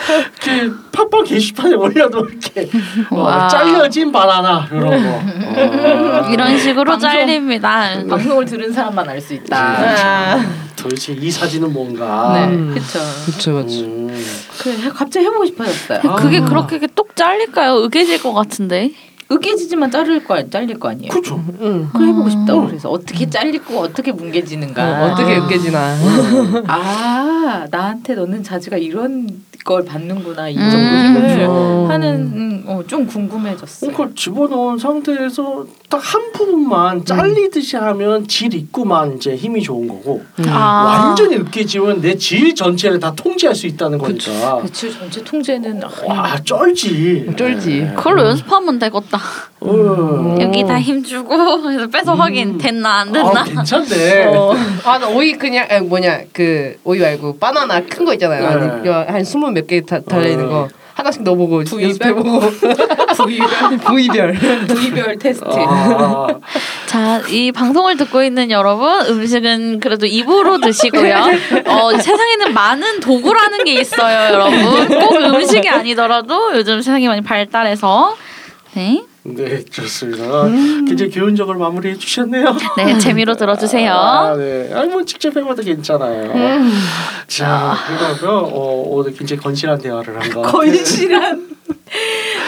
Speaker 3: 이렇게 팟빵 게시판에 올려놓을게.
Speaker 4: 와.
Speaker 3: 어, 잘려진 바나나 이런 거. 어.
Speaker 4: 이런 식으로
Speaker 2: 방송-
Speaker 4: 잘립니다.
Speaker 3: 네.
Speaker 2: 방송을 들은 사람만 알 수 있다
Speaker 3: 아. 도대체 이 사진은 뭔가.
Speaker 2: 네
Speaker 1: 음.
Speaker 2: 그쵸
Speaker 1: 그렇죠, 맞죠.
Speaker 3: 음.
Speaker 2: 그래 갑자기 해보고 싶어졌어요
Speaker 4: 그게 그렇게 똑 잘릴까요? 으개질 것 같은데.
Speaker 2: 으깨지지만 자를 거 잘릴 거 아니에요
Speaker 3: 그렇죠.
Speaker 1: 음.
Speaker 2: 그거 해보고 싶다고 그래서 어떻게 잘리고 어떻게 뭉개지는가
Speaker 1: 어, 어떻게 으깨지나.
Speaker 3: 음.
Speaker 2: 아 나한테 넣는 자지가 이런 걸 받는구나 이 정도
Speaker 4: 음.
Speaker 2: 힘을
Speaker 1: 그렇죠.
Speaker 2: 하는 음, 어, 좀 궁금해졌어. 요
Speaker 3: 그러니까 집어넣은 상태에서 딱 한 부분만 잘리듯이 하면 질 있고만 이제 힘이 좋은 거고
Speaker 4: 아.
Speaker 3: 완전히 으깨지면 내 질 전체를 다 통제할 수 있다는 거니까.
Speaker 2: 배치 전체 통제는 아,
Speaker 3: 와 쩔지. 네.
Speaker 1: 쫄지.
Speaker 4: 그걸로 연습하면 되겠다.
Speaker 3: 음.
Speaker 4: 여기다 힘 주고 그래서 뺏어 확인 됐나 안 됐나.
Speaker 3: 아 괜찮네.
Speaker 1: 아, 나 오이 그냥 아니, 뭐냐 그 오이 말고 바나나 큰 거 있잖아요. 한-
Speaker 3: 네.
Speaker 1: 여- 한 스물 몇 개 달려 있는 거 하나씩 넣어보고
Speaker 2: 부위별?
Speaker 1: 연습해보고 부위별 부위별.
Speaker 2: 부위별 테스트.
Speaker 3: 아,
Speaker 4: 자, 이 방송을 듣고 있는 여러분, 음식은 그래도 입으로 드시고요. 어, 세상에는 많은 도구라는 게 있어요, 여러분. 꼭 음식이 아니더라도 요즘 세상이 많이 발달해서 네,
Speaker 3: 네 좋습니다. 굉장히 교훈적으로 마무리해 주셨네요.
Speaker 4: 네 재미로 들어주세요.
Speaker 3: 아, 네. 아니 뭐 직접 해봐도 괜찮아요. 자, 그러면 어, 오늘 굉장히 건실한 대화를 한 것. 같아요.
Speaker 2: 건실한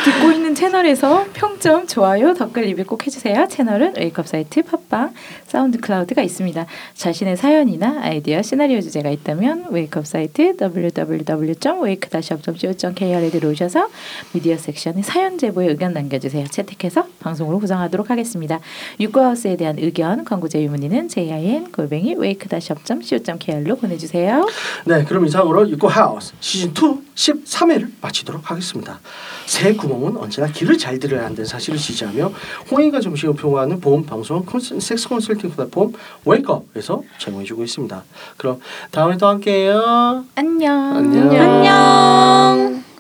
Speaker 2: 듣고 있는 채널에서 평점, 좋아요, 댓글 리뷰 꼭 해주세요. 채널은 웨이크업 사이트 팟빵 사운드 클라우드가 있습니다. 자신의 사연이나 아이디어, 시나리오 주제가 있다면 웨이크업 사이트 www.wake-up.co.kr에 들어오셔서 미디어 섹션에 사연 제보에 의견 남겨주세요. 채택해서 방송으로 구성하도록 하겠습니다. 유쿠하우스에 대한 의견, 광고 제휴 문의는 jin 골뱅이 wake-up.co.kr로 보내주세요.
Speaker 3: 네, 그럼 이상으로 육구 하우스 시즌 2 13회를 마치도록 하겠습니다. 새 구멍은 언제나 길을 잘 들여야 한다는 사실을 지지하며 홍익과 정신을 표방하는 보험 방송 컨설- 섹스 컨설팅 플랫폼 웨이크업에서 제공해주고 있습니다. 그럼 다음에 또 함께해요.
Speaker 2: 안녕.
Speaker 3: 안녕.
Speaker 4: 안녕.